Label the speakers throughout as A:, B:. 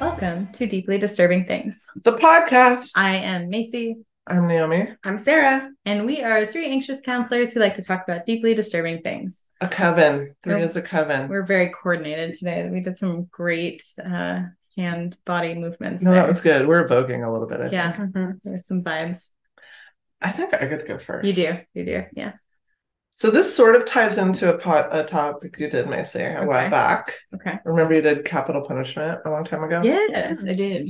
A: welcome to Deeply Disturbing Things.
B: The podcast.
A: I am Macy,
B: I'm Naomi.
C: I'm Sarah.
A: and we are three anxious counselors who like to talk about deeply disturbing things.
B: A coven. Three
A: Nope.
B: is a coven.
A: We're very coordinated today. We did some great uh, hand body movements.
B: No,
A: there.
B: that was good. We're evoking a little bit. I think.
A: yeah. There's some vibes.
B: I think I could go first.
A: You do, you do, yeah.
B: So this sort of ties into a, pot, a topic you did, Macy, a
A: Okay.
B: while back.
A: Okay.
B: Remember you did capital punishment a long time ago?
A: Yes, I did.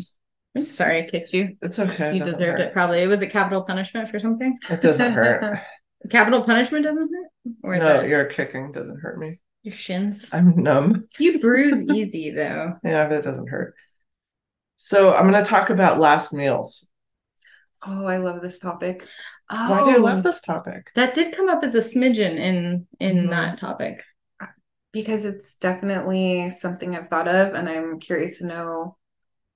A: I'm sorry, I kicked you.
B: It's okay.
A: You
B: doesn't
A: deserved it,
B: hurt.
A: probably. Was it capital punishment for something?
B: It doesn't hurt.
A: Capital punishment doesn't hurt, or
B: no,
A: the-
B: your kicking doesn't hurt me.
A: your shins.
B: I'm numb.
A: You bruise easy though.
B: Yeah, but it doesn't hurt. So I'm going to talk about last meals.
C: Oh, I love this topic. Oh,
B: Why do you love this topic?
A: That did come up as a smidgen in in
B: Mhm.
A: that topic.
C: Because it's definitely something I've thought of, and I'm curious to know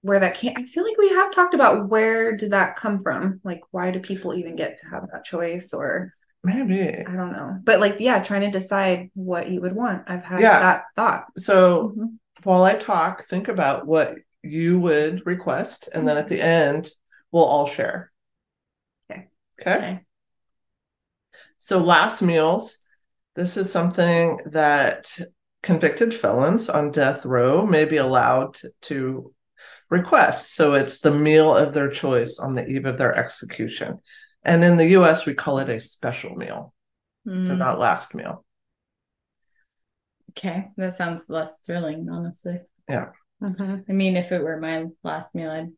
C: where that came. I feel like we have talked about where did that come from? Like, why do people even get to have that choice? Or
B: Maybe.
C: I don't know. But like, yeah, trying to decide what you would want. I've had
B: Yeah. Mm-hmm.
C: that thought.
B: So
C: Mhm.
B: while I talk, think about what you would request, and then at the end, we'll all share.
C: Okay.
B: Okay.
A: Okay.
B: So, last meals. This is something that convicted felons on death row may be allowed to request. So, it's the meal of their choice on the eve of their execution. And in the US, we call it a special meal, so
A: Mm,
B: not last meal.
A: okay, that sounds less thrilling, honestly.
B: Mm-hmm.
C: Mhm.
A: I mean, if it were my last meal, I'd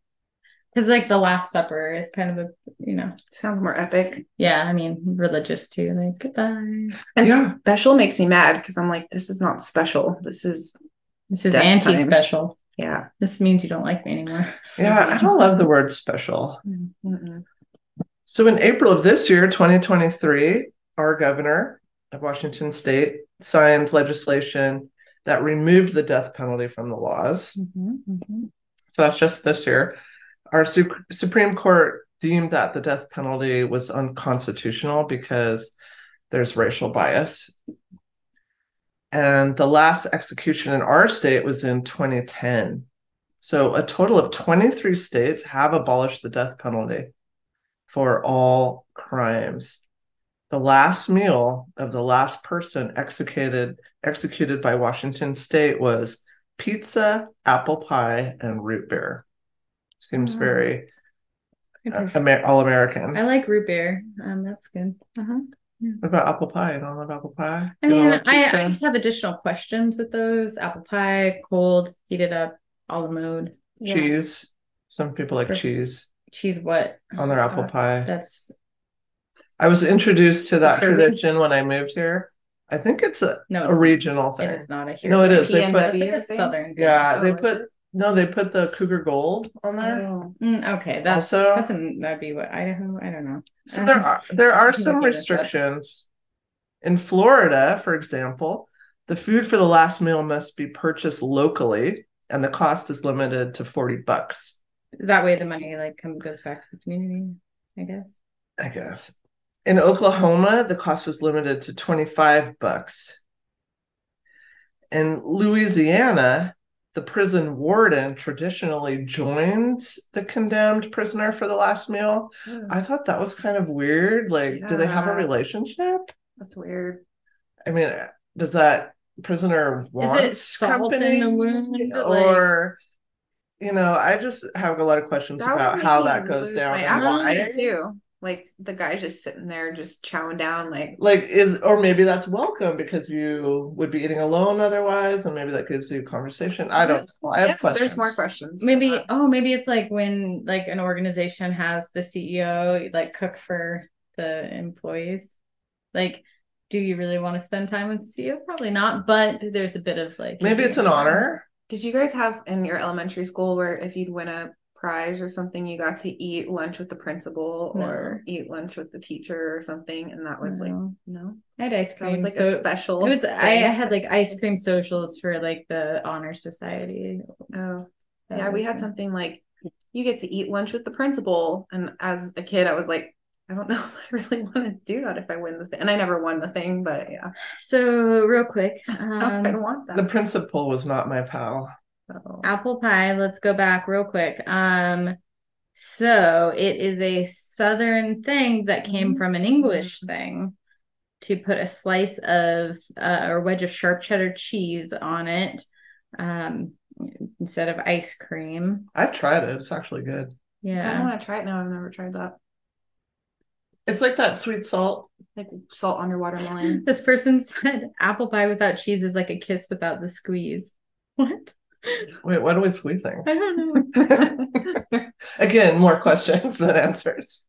A: because like the Last Supper is kind of a you know,
C: Sounds more epic.
A: yeah. I mean, religious too. Like goodbye.
C: And
B: Yeah.
C: special makes me mad because I'm like, this is not special. This is
A: This is
C: Death time.
A: anti-special.
C: yeah.
A: This means you don't like me anymore.
B: Yeah, I don't love the word special. Mm-hmm.
C: Mm-mm.
B: So in April of this year, 2023, our governor of Washington state signed legislation that removed the death penalty from the laws.
A: Mhm, mhm.
B: So that's just this year. Our su- Supreme Court deemed that the death penalty was unconstitutional because there's racial bias. And the last execution in our state was in 2010. So a total of 23 states have abolished the death penalty for all crimes. The last meal of the last person executed executed by Washington state was pizza, apple pie, and root beer. Seems
A: Mm.
C: Wow.
B: very uh, Amer- all American.
A: I like root beer. Um, that's good.
C: Uh-huh.
B: What about apple pie? You don't love apple pie?
A: I
B: You don't
A: mean,
B: love
A: I,
B: pizza?
A: I just have additional questions with those apple pie, cold, heated up, all the mode,
C: Yeah.
B: cheese. Some people like
A: Sure. Oh
B: cheese
A: cheese, what
B: on their apple pie.
A: That's
B: I was introduced to that
A: Sure.
B: tradition when I moved here. I think it's a,
A: no,
B: a
A: it's,
B: regional
A: it
B: thing.
A: is not a here.
B: No, it is. They put
A: That's like a
C: thing?
A: southern. thing.
B: yeah, they
C: Oh, is
B: put no, they put the cougar gold on there.
C: Oh.
A: Mm, okay, that's
B: Also-
A: that's a, that'd be what Idaho. I don't know.
B: So there are there
A: I
B: are
A: can
B: some
A: look into that.
B: restrictions. In Florida, for example, the food for the last meal must be purchased locally and the cost is limited to 40 bucks,
A: That way, the money like come goes back to the community. I guess.
B: I guess. In Oklahoma, the cost is limited to 25 bucks. In Louisiana, the prison warden traditionally joins the condemned prisoner for the last meal. I thought that was kind of weird. Like, do they have a
C: Yeah.
B: relationship?
C: That's weird.
B: I mean, does that prisoner want
A: salt in the wound, like-
B: or you know? I just have a lot of questions
C: That would
B: about
C: make
B: how
C: me
B: that goes
C: lose
B: down
C: My
B: and why.
C: appetite too. Like the guy just sitting there, just chowing down. Like
B: Like, is or maybe that's welcome because you would be eating alone otherwise, and maybe that gives you conversation. I don't know. I have
C: yeah,
B: questions.
C: There's more questions.
A: Maybe oh maybe it's like when like an organization has the CEO like cook for the employees. Like, do you really want to spend time with the CEO? Probably not, but there's a bit of like
B: Maybe it's an honor.
C: Did you guys have in your elementary school where if you'd win a prize or something, you got to eat lunch with the principal or eat lunch with the teacher or something? And that was like
A: No.
C: no,
A: I had ice
C: that
A: cream.
C: was like
A: so
C: a special.
A: it was I, I
C: thing.
A: had like ice cream socials for like the honor society.
C: Oh.
A: That
C: yeah, we
A: was-
C: had something like you get to eat lunch with the principal. And as a kid, I was like, I don't know if I really want to do that if I win the thing. And I never won the thing, but yeah,
A: So real quick,
C: I don't
A: um,
C: want that.
B: The principal was not my pal.
C: So-
A: apple pie let's go back real quick um so it is a southern thing that came from an english thing to put a slice of uh, or wedge of sharp cheddar cheese on it um instead of ice cream
B: I've tried it. It's actually good.
C: I kind
A: yeah
C: of want to try it now. I've never tried that.
B: It's like that sweet salt.
C: Like salt on your watermelon.
A: This person said apple pie without cheese is like a kiss without the squeeze. What?
B: Wait, what are we squeezing?
A: I don't know.
B: Again, more questions than answers.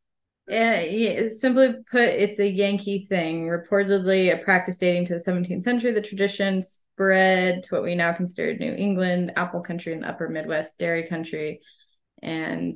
A: Yeah, yeah, simply put, it's a Yankee thing. Reportedly, a practice dating to the 17th century, the tradition spread to what we now consider New England, apple country, and the upper Midwest, dairy country. And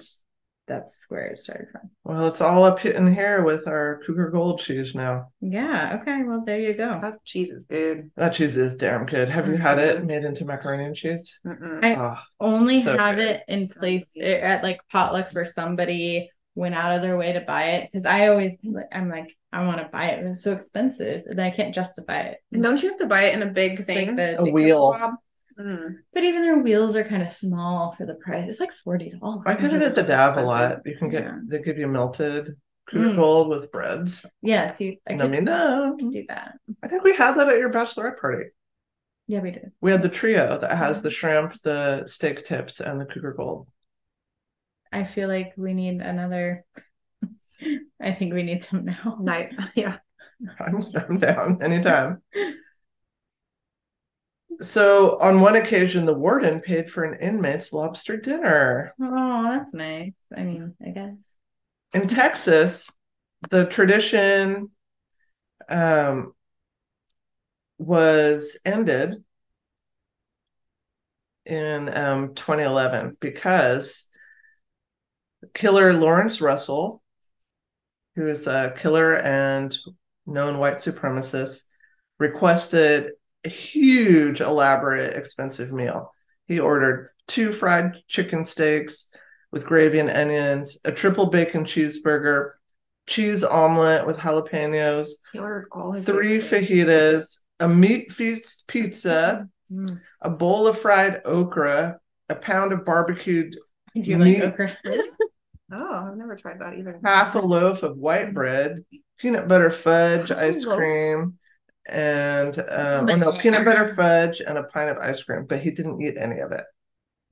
A: that's where it started from.
B: Well, it's all up in here with our Cougar Gold cheese now.
A: Yeah. Okay. Well, there you go.
C: that cheese is good.
B: That cheese is damn good. Have you had it made into macaroni and cheese?
C: Mm-mm.
A: I-
B: Oh,
A: Only
B: So
A: have
B: good.
A: it in
C: So
A: place uh,
C: good.
A: at like potlucks where somebody went out of their way to buy it. Cause I always, I'm like, I want to buy it, but it's so expensive and I can't justify it.
C: And don't you have to buy it in a big
A: It's like
C: thing?
A: the-
B: a wheel.
C: Bob? Mm.
A: But even their wheels are kind of small for the price. It's like forty dollars.
B: I get it at the Dab a lot. You can get
A: Yeah.
B: they give you melted Cougar
A: Mm.
B: Gold with breads.
A: Yeah, see, I
B: Nummy
A: could, I
B: num.
A: could do that.
B: I think we had that at your bachelorette party.
A: Yeah, we did.
B: We had the trio that has the shrimp, the steak tips, and the Cougar Gold.
A: I feel like we need another. I think we need some now.
C: Night. Yeah.
B: I'm, I'm down anytime. So, on one occasion, the warden paid for an inmate's lobster dinner.
A: Oh, that's nice. I mean, I guess.
B: In Texas, the tradition um, was ended in um, 2011 because killer Lawrence Russell, who is a killer and known white supremacist, requested a huge, elaborate, expensive meal. He ordered two fried chicken steaks with gravy and onions, a triple bacon cheeseburger, cheese omelet with jalapenos,
C: He ordered all his
B: three
C: favorites.
B: fajitas, a meat feast
C: Oh,
B: pizza,
A: Mm.
B: a bowl of fried okra, a pound of barbecued,
A: I do
B: Me-
A: like okra.
C: Oh, I've never tried that either.
B: half a loaf of white bread, peanut butter fudge,
C: Half a
B: ice
C: loaf?
B: cream, and um, oh no, peanut butter fudge and a pint of ice cream. But he didn't eat any of it.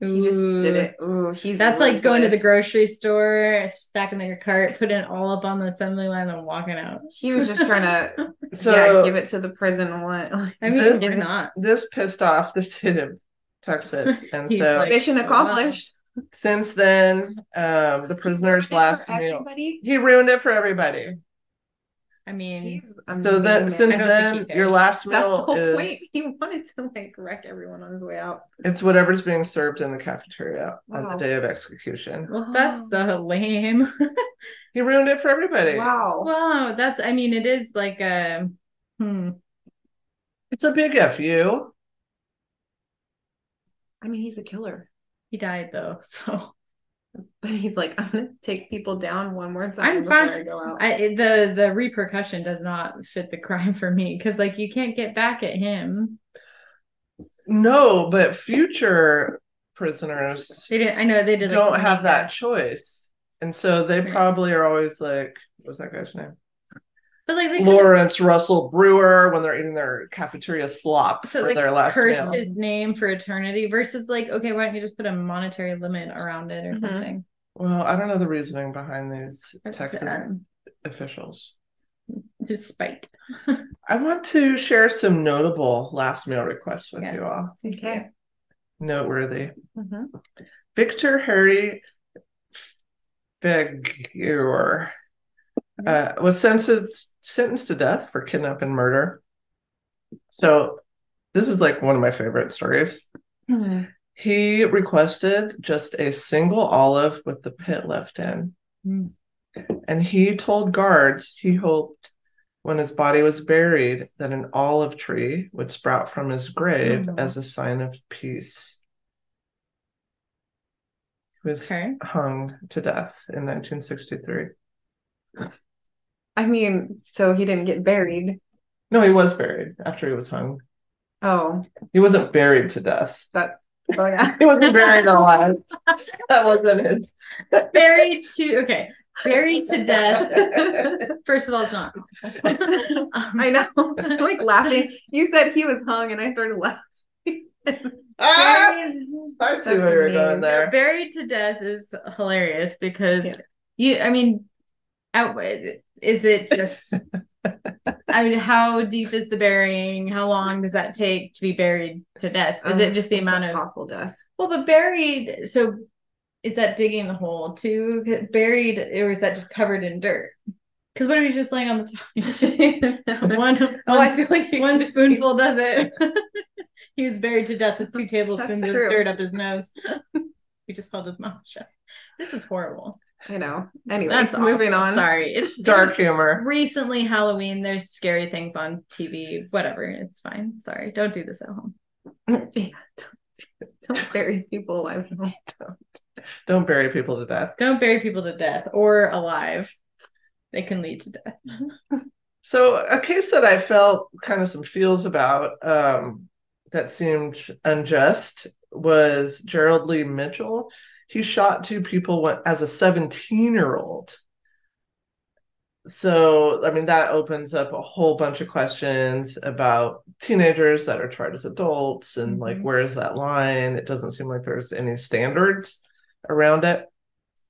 C: He just did
A: Ooh.
C: it. Ooh, he's
A: That's like going to the
C: ruthless.
A: grocery store, stacking your cart, putting it all up on the assembly line, and walking out.
C: He was just trying to yeah,
B: So
C: give it to the prison one.
A: I mean,
B: This-
A: we're not.
B: this pissed off the state of Texas, and
A: He's
B: so
A: like-
C: Mission accomplished.
B: since then, um, the prisoner's last meal.
C: Everybody?
B: He ruined it for everybody.
A: I mean,
C: I'm
B: So then,
C: beaming.
B: since
A: I don't
B: then,
A: think he
B: your
A: cares.
B: last
C: That's the
B: meal
C: whole
B: is
C: point. Oh, He wanted to like wreck everyone on his way out.
B: it's whatever's being served in the cafeteria on the
C: Wow.
B: day of execution.
A: well, that's so lame.
B: He ruined it for everybody.
C: Wow.
A: Wow, that's I mean it is like a hmm.
B: It's a big fu.
C: I mean, he's a killer.
A: He died though, so
C: But he's like, I'm gonna take people down one more time
A: I'm
C: before
A: fine.
C: I go
B: Oh.
C: out.
A: I it- the the repercussion does not fit the crime for me because like you can't get back at him.
B: No, but future prisoners
A: They didn't. I know they did. like,
B: don't have
A: make
B: that
A: a-
B: choice. And so they
A: Right.
B: probably are always like, what was that guy's name?
A: but like they could
B: Lawrence Russell Brewer when they're eating their cafeteria slop
A: So,
B: for
A: like,
B: their last
A: curse
B: meal.
A: his name for eternity versus like okay, why don't you just put a monetary limit around it or
C: Mhm.
A: something?
B: Well, I don't know the reasoning behind these
A: Or
B: Texas
A: to, um,
B: officials.
A: Despite
B: I want to share some notable last meal requests with
A: Yes.
B: you all.
C: Okay.
B: Noteworthy.
C: Mhm.
B: Victor Harry Figuer uh, was sentenced sentenced to death for kidnap and murder. So this is like one of my favorite stories. He requested just a single olive with the pit left in.
A: Hmm.
B: And he told guards he hoped when his body was buried that an olive tree would sprout from his grave
A: Oh.
B: as a sign of peace. He was
A: okay,
B: hung to death in 1963.
C: I mean, so he didn't get buried.
B: No, he was buried after he was hung.
C: Oh,
B: He wasn't buried to death.
C: that Oh yeah.
B: He wasn't buried alive. that wasn't his.
A: Buried to okay, buried to death. First of all, it's not. Um,
C: I know. I'm like laughing. You said he was hung and I started laughing.
B: ah,
A: buried-
B: I see where you're going there.
A: Buried to death is hilarious because
C: Yeah.
A: you. I mean, out is it just? I mean, how deep is the burying? How long does that take to be buried to death? Is it just the
C: Um, It's
A: amount
C: an
A: of
C: awful death?
A: Well, but buried, so is that digging the hole too? Get Buried, or is that just covered in dirt? Because what if he's just laying on the top? It's just- one
C: Oh, I
A: one-
C: feel like you
A: one
C: can
A: spoonful does it. he was buried to death with two tablespoons of
C: true.
A: dirt up his nose. he just held his mouth shut. This is horrible.
C: see- I know. Anyways,
A: That's
C: moving
A: awful.
C: on.
A: Sorry, it's
B: Dark humor.
A: Recently, Halloween, there's scary things on TV, whatever. It's fine. Sorry, don't do this at home.
C: Yeah, don't, don't bury people alive.
B: Don't bury people to death.
A: Don't bury people to death or alive, they can lead to death.
B: So a case that I felt kind of some feels about um, that seemed unjust was Gerald Lee Mitchell. He shot two people when- as a 17 year old. So, I mean, that opens up a whole bunch of questions about teenagers that are tried as adults and like,
A: Mhm.
B: where is that line? It doesn't seem like there's any standards around it.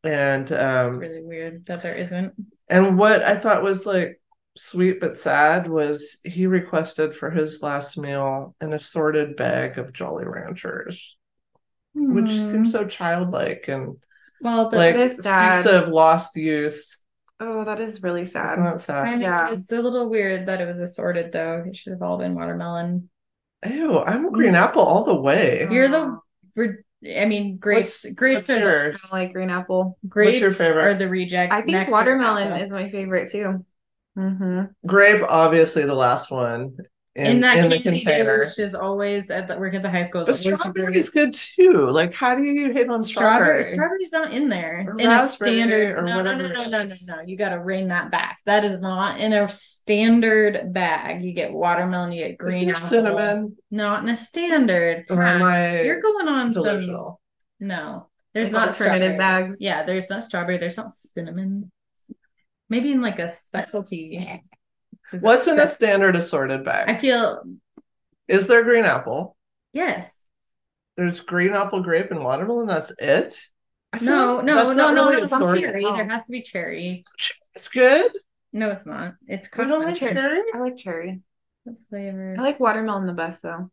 B: And
A: It's
B: um,
A: really weird that there isn't.
B: and what I thought was like sweet but sad was he requested for his last meal an assorted bag of Jolly Ranchers, which
A: Hmm.
B: seems so childlike and
A: well, but
B: like
C: that is
B: speaks
C: sad.
B: of lost youth.
C: Oh, that is really sad.
B: Isn't that sad?
A: I mean,
C: yeah.
A: it's a little weird that it was assorted though. It should have all been watermelon.
B: Ew, I'm a green apple all the way.
A: You're the-
C: Oh,
A: We're, I mean, grapes.
B: What's-
A: grapes
B: what's
A: are the,
B: yours?
C: I like green apple.
A: grapes
B: your favorite?
A: are the rejects.
C: I think
A: next to
C: watermelon
A: apple.
C: is my favorite too. Mm-hmm.
B: Grape, obviously the last one in,
A: in that
B: in the
A: candy
B: container.
A: day, which is always at the, work at the high school.
B: But
A: is always
B: strawberry's good too. Like, how do you hit on
A: Strawberry,
B: strawberry?
A: strawberry's not in there
B: Or
A: in a
B: raspberry
A: standard.
B: or
A: no, no, no,
B: whatever
A: no,
B: it
A: no, no,
B: is.
A: no. You got to rein that back. That is not in a standard bag. You get watermelon, you get
B: Is
A: green
B: there
A: apple.
B: cinnamon?
A: Not in a standard.
B: Or am
A: pack.
B: I
A: You're going on some.
B: delusional?
A: No, there's
C: Like
A: not strawberry.
C: alternative bags.
A: Yeah, there's not strawberry. There's not cinnamon. Maybe in like a specialty.
B: What's in a standard assorted bag?
A: I feel
B: Is there green apple?
A: yes.
B: There's green apple, grape, and watermelon. That's it. I feel
A: No,
B: like
A: no,
B: that's
A: no,
B: not
A: no,
B: really
A: no. It's
B: assorted.
A: cherry. There
C: else.
A: has to be cherry.
B: It's good.
A: No, it's not. It's
B: We don't like
A: concentrate.
B: cherry.
C: I like cherry.
A: What flavor?
C: I like watermelon the best though.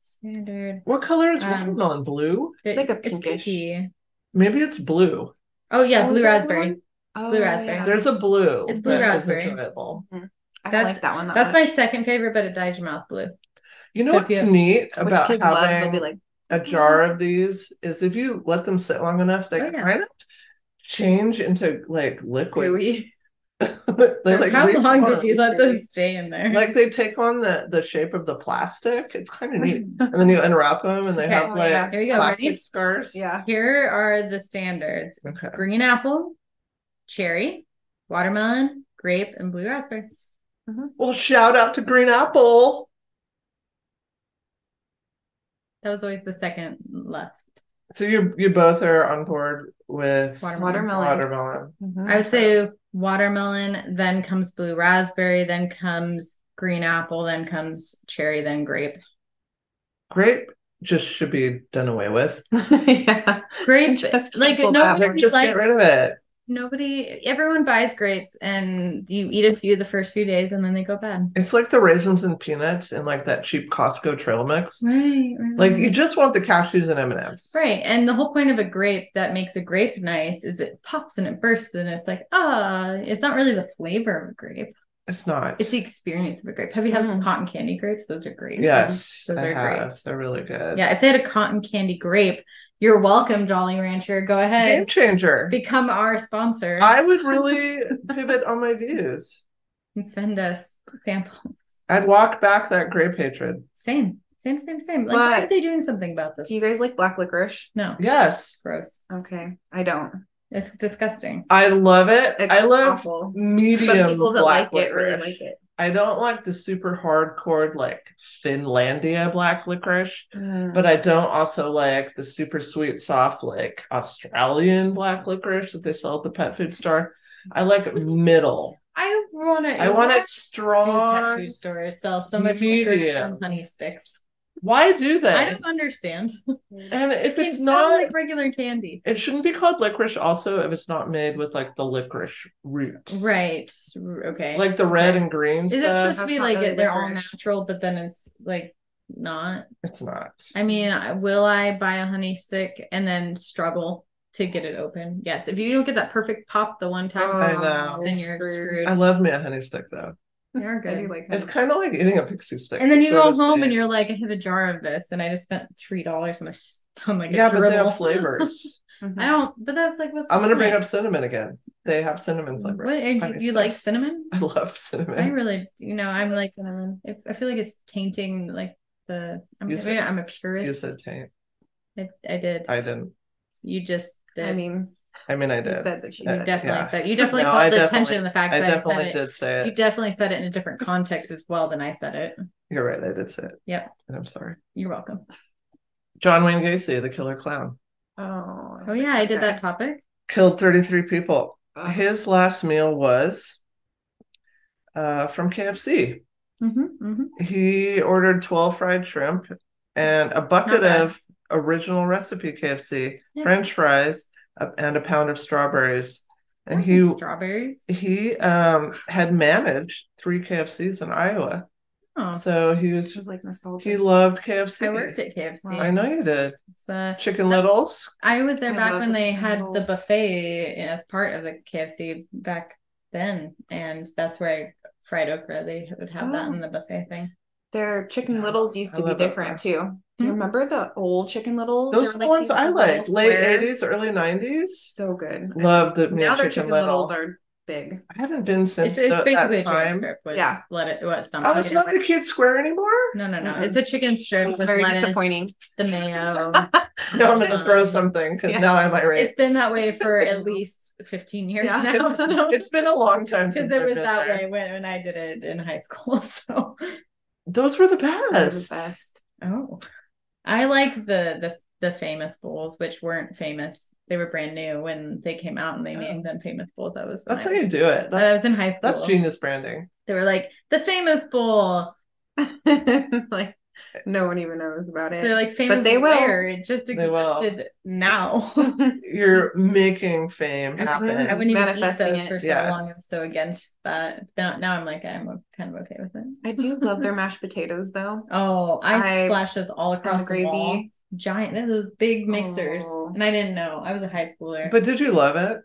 A: standard.
B: What color is
A: Um,
B: watermelon? Blue.
A: It's
C: like a pinkish-
A: pinky.
B: Maybe it's blue.
A: Oh yeah,
C: Oh,
A: blue
C: is that the
A: raspberry.
C: one? Oh,
A: Blue raspberry.
C: yeah.
B: There's a blue.
A: It's blue
B: that is
A: raspberry.
B: enjoyable.
C: I don't
A: That's-
C: like that one. That
A: That's my
C: much.
A: second favorite, but it dyes your mouth blue.
B: You know
A: So if
B: what's
A: you-
B: neat
C: Which
B: about
C: kids love. They'll
B: having
C: be like,
B: a jar of these is if you let them sit long enough, they
A: Oh, yeah.
B: kind of change into like liquid.
C: gooey.
B: they like
A: How long did you
B: reform.
A: let those stay in there?
B: like they take on the the shape of the plastic. It's kind of neat. And then you unwrap them, and they
A: Okay.
B: have
C: Oh,
B: like
C: yeah.
A: Here you go.
B: plastic
A: Ready?
B: scars.
C: Yeah.
A: Here are the standards:
B: Okay.
A: green apple, cherry, watermelon, grape, and blue raspberry.
B: Well, shout out to Green Apple.
A: That was always the second left.
B: So you you both are on board with
A: Watermelon.
C: Watermelon.
B: watermelon.
C: Mhm.
A: I would say watermelon, then comes blue raspberry, then comes green apple, then comes cherry, then grape.
B: Grape just should be done away with.
C: yeah.
A: Grape,
C: Just
A: like
C: cancel
A: no,
C: that
B: Like,
C: one.
B: just get rid of it.
A: nobody everyone buys grapes and you eat a few the first few days and then they go bad
B: It's like the raisins and peanuts and like that cheap Costco trail mix.
A: right
B: Like you just want the cashews and M and M's.
A: Mm-hmm. right and the whole point of a grape that makes a grape nice is it pops and it bursts and it's like ah it's not really the flavor of a grape
B: It's not.
A: it's the experience of a grape have you had
C: Mm.
A: cotton candy grapes those are great
B: yes,
A: Those
B: I
A: are
B: have.
A: grapes.
B: They're really good.
A: yeah if they had a cotton candy grape you're welcome jolly rancher go
B: Game
A: ahead
B: changer.
A: become our sponsor
B: I would really pivot on my views.
A: and send us sample
B: I'd walk back that grape hatred.
A: same same same same like why
C: But-
A: are they doing something about this
C: Do you guys like black licorice?
A: no
B: Yes.
A: gross
C: Okay, I don't.
A: It's disgusting.
B: I love it.
C: It's
B: I love
C: awful. But
B: medium
C: people that
B: black
C: like it really
B: licorice.
C: like it.
B: I don't like the super hardcore like Finlandia black licorice, but I don't also like the super sweet soft like Australian black licorice that they sell at the pet food store. I like middle.
A: I want to.
B: I want it
A: Do pet
B: strong.
A: food stores sell so much licorice
B: medium.
A: and honey sticks?
B: Why do
A: I
B: they?
A: don't understand.
B: And if
A: They
B: it's
A: sound
B: not
A: like regular candy,
B: it shouldn't be called licorice also if it's not made with like the licorice root.
A: right? R- Okay.
B: Like the red
A: Okay.
B: and green
A: is it
B: stuff.
A: supposed to
C: That's
A: be
C: not
A: like
C: really
A: it- they're all
C: licorice.
A: natural, but then it's like not?
B: it's not.
A: I mean, I- will I buy a honey stick and then struggle to get it open? Yes. If you don't get that perfect pop the one time,
B: I know.
A: then you're screwed.
B: I love me a honey stick though.
A: They are
C: I do
A: good.
C: like
B: It's
C: that.
B: kind of like eating a pixie stick.
A: And then
B: It's
A: you
B: sort
A: go
B: of
A: home
B: same.
A: and you're like, I have a jar of this, and I just spent three dollars on a s- on like a
B: yeah, but
A: dribble.
B: they have flavors.
C: Mhm.
A: I don't, but that's like what's.
B: I'm
A: the
B: gonna bring
A: point?
B: up cinnamon again. They have cinnamon flavor.
A: What and
B: honey
A: you, you
B: stick.
A: like cinnamon?
B: I love
A: Mm-hmm. I
B: cinnamon.
A: really, you know, I'm like cinnamon. If, I feel like it's tainting like the. I'm,
B: You
A: maybe
B: said-
A: I'm a
B: You
A: purist.
B: said taint.
A: I, I did.
B: I didn't.
A: you just did.
C: I mean,
B: I mean, I
C: you
B: did.
C: said that she
B: Uh,
A: you
C: did.
A: definitely
B: yeah.
A: said. You definitely
B: No,
A: called
B: I
A: the
B: definitely-
A: attention to the fact
B: I
A: that I said
B: definitely
A: it.
B: did say
A: You
B: it.
A: definitely said it in a different context as well than I said it.
B: You're right. I did say it.
A: Yep.
B: And I'm sorry.
A: You're welcome.
B: John Wayne Gacy, the killer clown,
C: Oh,
A: Oh yeah, I did that topic.
B: killed 33 people.
C: Oh.
B: His last meal was uh, from KFC.
A: Mm-hmm, mm-hmm.
B: He ordered 12 fried shrimp and a bucket
A: bad.
B: of original recipe KFC,
A: Yeah.
B: French fries, a- and a pound of strawberries. And
A: Like
B: he
A: strawberries.
B: he um had managed three KFCs in Iowa.
A: Oh,
B: So he was
C: She was like nostalgic.
B: he loved KFC.
A: I worked at KFC.
B: I know you did.
A: It's, uh,
B: Chicken Littles.
A: I was there
C: I
A: back
C: love
A: when they had the
C: McDonald's.
A: buffet as part of the KFC back then, and that's where I fried okra. They would have that
C: Oh.
A: in the buffet thing.
C: Their chicken
B: Yeah.
C: littles used
B: I
C: to be
B: love that
C: different
B: stuff.
C: too. Do you
A: Mhm.
C: remember the old chicken littles? They
B: Those
C: were
B: are
C: like
B: the ones
C: these
B: I
C: little
B: liked.
C: square-
B: Late 80s, early 90s.
C: So good. I-
B: Love the
C: now
B: yeah,
C: their
B: chicken,
C: chicken
B: little.
C: littles are big.
B: I haven't been since
A: It's, it's
B: tho-
A: basically a
B: that
A: chicken
B: time.
A: strip with
C: Yeah.
A: let it well, it's not
B: Oh,
A: like
B: it's
A: it
B: not
A: is-
B: the kid square anymore?
A: no no no.
C: Mm-mm.
A: It's a chicken strip
C: It's
A: with
C: very
A: lettuce,
C: disappointing.
A: the mayo.
B: No, I'm gonna
A: Um,
B: throw something because
C: yeah.
B: now I'm irate.
A: it's been that way for at least fifteen years
C: Yeah.
A: now.
B: It's, it's been a long time
A: because
B: since
A: it
B: I've
A: was
B: been
A: that
B: there.
A: way when, when I did it in high school. So
B: Those were the
C: They're
B: best.
C: the best.
A: Oh, I like the the the famous bowls, which weren't famous. They were brand new when they came out, and they
B: Oh.
A: named them famous bowls. That was when
B: That's
A: I
B: how you
A: was-
B: do it.
A: when I
B: That's
A: was in high school.
B: that's genius branding.
A: They were like the famous bowl.
C: like no one even knows about it.
A: They're like famous.
C: they will.
A: where It just
B: They will.
A: existed now.
B: You're making fame
C: Mhm.
B: happen.
A: I wouldn't even eat
C: Manifesting
A: those
C: it.
A: for so
B: Yes.
A: long. I'm so against that. Now, now I'm like I'm kind of okay with it.
C: I do love their mashed potatoes though.
A: Oh, ice
C: I-
A: splashes all
C: Cross
A: across the
C: gravy.
A: wall. Giant, they're those big mixers,
C: Oh.
A: and I didn't know. I was a high schooler.
B: But did you love it?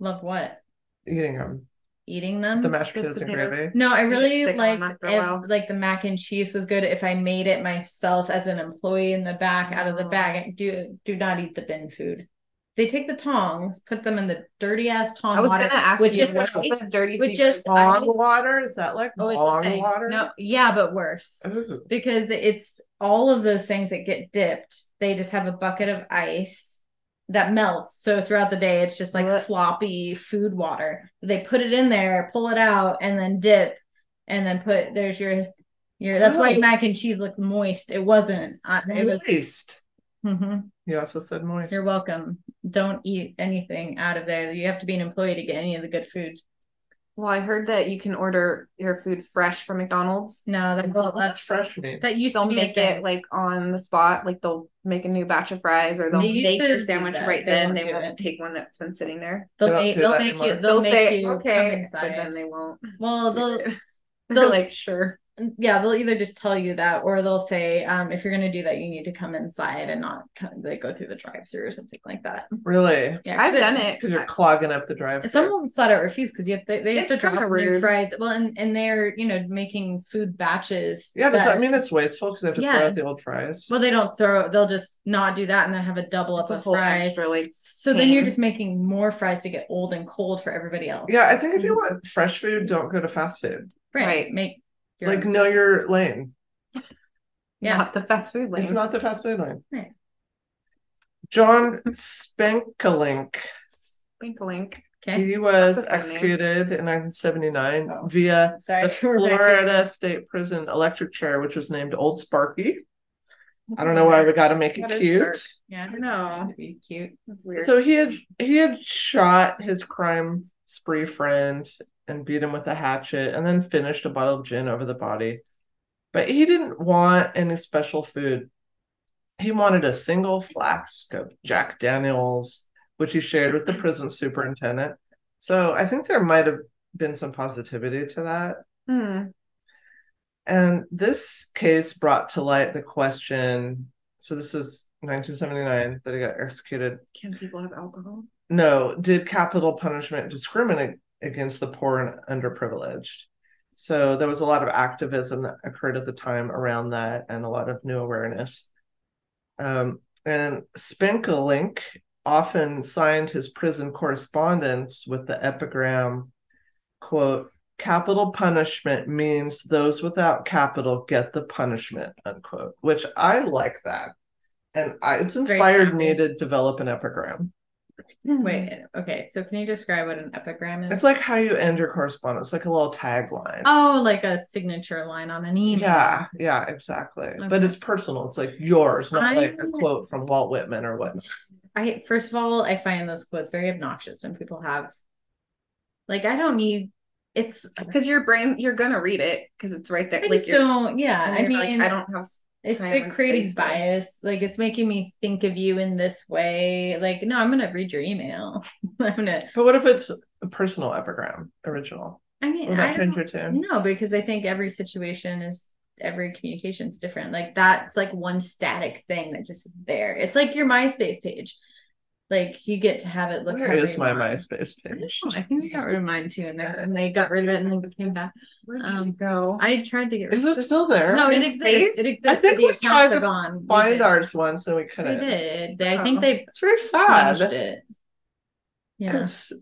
A: Love what?
B: Eating them,
A: Eating them.
B: the mashed
C: The
B: potatoes and
C: potatoes.
B: gravy.
A: No, I
C: get
A: really
C: sick on
A: liked
C: that for a
A: ev-
C: while.
A: like the mac and cheese was good if I made it myself as an employee in the back out of the
C: Oh.
A: bag. Do do not eat the bin food. They take the tongs, put them in the dirty ass tong
C: I was
A: water,
C: gonna ask
A: with
C: you
A: just
C: what
A: ice-
C: the dirty
A: with
C: secret-
A: just
B: Bong
A: ice-
B: water is that like
A: Oh, it's a
B: bong
A: thing.
B: water?
A: No, yeah, but worse
B: Ooh.
A: because the- it's all of those things that get dipped. They just have a bucket of ice that melts. So throughout the day, it's just like
C: Blech.
A: sloppy food water. They put it in there, pull it out, and then dip, and then put. There's your your. That's why your mac and
B: Gross.
A: cheese looked moist. It wasn't. I, it was.
B: Moist.
A: Mhm.
B: You also said moist.
A: You're welcome. Don't eat anything out of there. You have to be an employee to get any of the good food.
C: Well, I heard that you can order your food fresh from McDonald's.
A: No, that's
B: Well, that's
A: that's
B: fresh meat.
A: That used
C: They'll
A: to be
C: make it like on the spot, like they'll make a new batch of fries or they'll
A: They used
C: make
A: to
C: your
A: do
C: sandwich
A: that.
C: right
A: They
C: then.
A: won't
C: They
A: do
C: won't
A: it.
C: take one that's been sitting there.
A: They'll,
B: They don't
A: make,
B: do
A: they'll
B: that
A: make you.
B: anymore.
A: They'll, make
C: They'll, say,
A: you come
C: okay, but
A: inside.
C: then they won't.
A: well, they'll
C: They're
A: they'll-
C: like, sure.
A: yeah they'll either just tell you that or they'll say um, if you're going to do that you need to come inside and not come, like go through the drive through or something like that
B: Really?
A: yeah 'cause
C: I've done it.
B: Because you're clogging up the drive.
A: some of them flat out refuse because you have to, they have
C: It's
A: to drop
C: kinda
A: new
C: rude.
A: fries well and, and they're you know making food batches
B: Yeah, does that mean it's wasteful because I have to throw out the
A: Yes.
B: old fries?
A: well they don't throw they'll just not do that and then have a double
C: It's
A: up
C: a
A: of
C: whole
A: fries
C: extra like
A: so then you're
C: thing.
A: just making more fries to get old and cold for everybody else
B: yeah, I think
C: Mm.
B: if you want fresh food, don't go to fast food.
A: right,
C: Right.
A: make your
B: Like,
A: own.
B: know your lane.
A: yeah
C: not the fast food lane.
B: It's not the fast food lane.
A: Right.
B: John Spankalink
C: Link link.
A: Okay.
B: He was
C: That's a funny name.
B: executed in 1979
A: Oh.
B: via
A: Sorry.
B: the
A: we're back.
B: Florida State Prison electric chair, which was named Old Sparky. I don't know why we got to make it
C: That is
B: cute.
C: dark.
A: Yeah.
C: I don't know.
A: That'd be cute.
C: That's weird.
B: So he had he had shot his crime spree friend and beat him with a hatchet, and then finished a bottle of gin over the body. But he didn't want any special food. He wanted a single flask of Jack Daniels, which he shared with the prison superintendent. So I think there might have been some positivity to that.
C: Hmm.
B: And this case brought to light the question. So this is 1979 that he got executed.
C: Can people have alcohol?
B: No, did capital punishment discriminate against the poor and underprivileged? So there was a lot of activism that occurred at the time around that, and a lot of new awareness. Um, and Spinkelink often signed his prison correspondence with the epigram, quote, capital punishment means those without capital get the punishment, unquote, which I like that. And I, it's
A: It's very
B: inspired me
A: snappy.
B: to develop an epigram.
A: Wait. Okay. So can you describe what an epigram is?
B: It's like how you end your correspondence, like a little tagline.
A: oh, like a signature line on an email.
B: yeah, yeah, exactly. But
A: Okay.
B: it's personal. It's like yours, not like a
A: I'm-
B: quote from Walt Whitman or what.
A: I first of all, I find those quotes very obnoxious when people have like I don't need it's
C: Because Hmm. your brain, you're gonna read it because it's right there.
A: I just
C: you're-
A: don't yeah.
C: and
A: I
C: you're like,
A: mean
C: I don't have.
A: it's
C: time
A: like
C: and
A: creating
C: space for it.
A: bias. Like it's making me think of you in this way. Like, no, I'm gonna read your email. I'm gonna
B: But what if it's a personal epigram, original?
A: I mean
B: Will
A: I
B: that
A: don't,
B: change your tune?
A: No, because I think every situation is every communication's different. Like that's like one static thing that just is there. It's like your MySpace page. Like you get to have it look.
B: Where
A: however
B: is
A: you
B: my
A: want.
B: MySpace
A: I don't
B: page?
A: know. I think they got rid of mine too, and, they're- and they got rid of it and then came back.
C: Where
A: Um,
C: you go?
A: I tried to get rid
B: Is
A: of
B: it still there?
A: No, it
C: in space?
A: exists. It exists.
B: I think
A: but the
B: we tried
A: accounts are
B: to
A: gone. We
B: Find
A: did.
B: ours once and we
A: We
B: couldn't.
A: did. They- I
C: Oh.
A: think they
B: It's very
A: changed
B: sad.
A: it. Yeah.
B: Yes.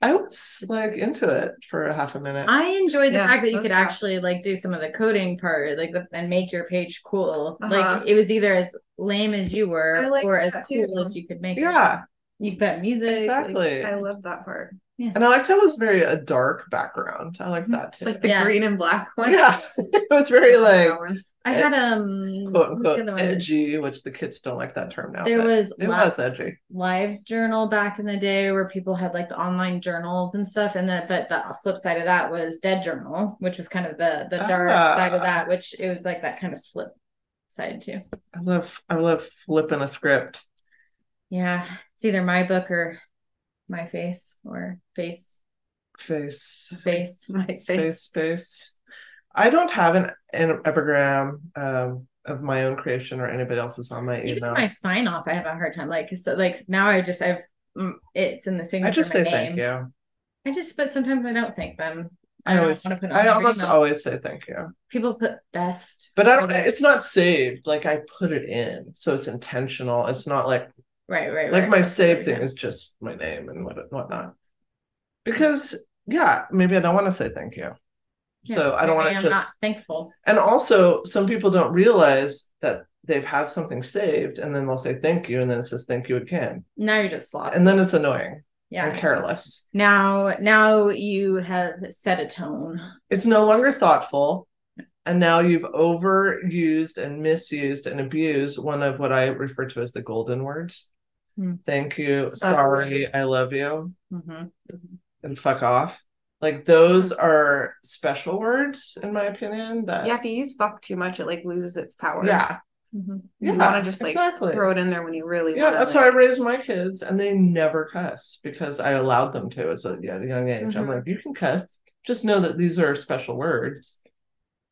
B: I was like into it for a half a minute.
A: I enjoyed the
C: Yeah,
A: fact that you
C: that
A: could
C: was tough.
A: actually like do some of the coding part, like the, and make your page cool.
C: Uh-huh.
A: Like it was either as lame as you were,
C: I liked
A: or as
C: that too.
A: cool as you could make it.
B: yeah,
A: You could put music. Like,
B: exactly.
C: I love that part,
B: And I liked how it was very a dark background. I
A: Mm-hmm.
B: like that too.
C: like the
A: Yeah.
C: green and black one.
B: yeah, it was very like
A: I had um,
B: quote
A: what's the
B: unquote
A: other one?
B: edgy, which the kids don't like that term now.
A: There
B: but
A: was
B: it
A: lots-
B: was edgy.
A: live journal back in the day where people had like the online journals and stuff and that but the flip side of that was dead journal which was kind of the the dark
B: Ah.
A: side of that which it was like that kind of flip side too
B: I love I love flipping a script.
A: yeah it's either my book or my face or face
B: Face
A: face
C: my face.
B: space space. I don't have an, an epigram um, of my own creation or anybody else's on my
A: even
B: email.
A: my sign off i have a hard time like so like now i just i've mm, it's in the signature
B: I just
A: my
B: say thank
A: name.
B: you.
A: i just but sometimes i don't thank them
B: I
A: don't
B: always
A: wanna put it on
B: I
A: their
B: almost
A: email.
B: always say thank you.
A: people put best
B: But I don't
A: Right.
B: it's not saved. Like I put it in. So it's intentional. It's not like
A: right right
B: like
A: right.
B: my save
A: Yeah.
B: thing is just my name and what whatnot. Because yeah, maybe I don't want to say thank you.
A: Yeah,
B: So I don't want
A: maybe
B: to
A: I'm
B: just
A: not thankful
B: and also some people don't realize that they've had something saved and then they'll say thank you and then it says thank you again.
A: now you're just sloppy.
B: And then it's annoying and
A: yeah.
B: careless.
A: Now, now you have set a tone.
B: It's no longer thoughtful. And now you've overused and misused and abused one of what I refer to as the golden words.
A: Hmm.
B: Thank you.
C: Stop.
B: Sorry. I love you.
A: Mhm.
B: and fuck off. Like those are special words, in my opinion. That
C: Yeah, if you use fuck too much, it like loses its power.
B: yeah,
A: Mhm.
B: yeah,
C: You wanna just, like,
B: exactly.
C: throw it in there when you really.
B: yeah,
C: want
B: that's how I raised my kids, and they never cuss because I allowed them to. As a, yeah, at a young age, I'm
C: Mhm.
B: like, you can cuss. Just know that these are special words.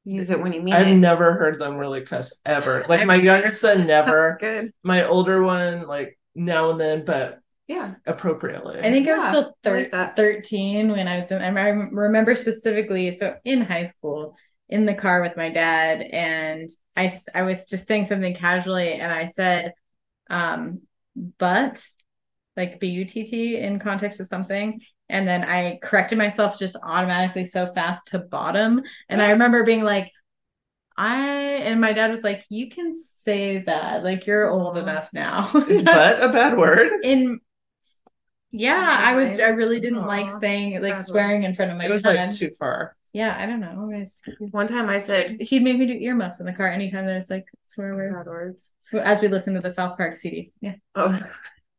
C: use it when you mean
B: I've
C: it.
B: never heard them really cuss ever. Like my younger son, never.
C: That's good.
B: My older one, like now and then, but
C: Yeah,
B: appropriately.
A: I think I was
C: Yeah,
A: still
C: I
A: thir-
C: like that.
A: 13 when I was in, I rem- remember specifically, so in high school, in the car with my dad, and I, s- I was just saying something casually, and I said, um, but like B U T T in context of something. And then I corrected myself just automatically so fast to bottom. And I remember being like, I, and my dad was like, you can say that. Like, you're old
C: Aw.
A: enough now.
B: Is but a bad word.
A: in Yeah, I was. I really didn't
C: Aw,
A: like saying like
C: fabulous.
A: swearing in front of my
B: it was
A: son.
B: like too far.
A: yeah, I don't know. I was-
C: One time I said
A: he'd make me do earmuffs in the car anytime there's like swear
C: bad
A: words
C: words.
A: as we listened to the South Park CD. Yeah,
C: Oh,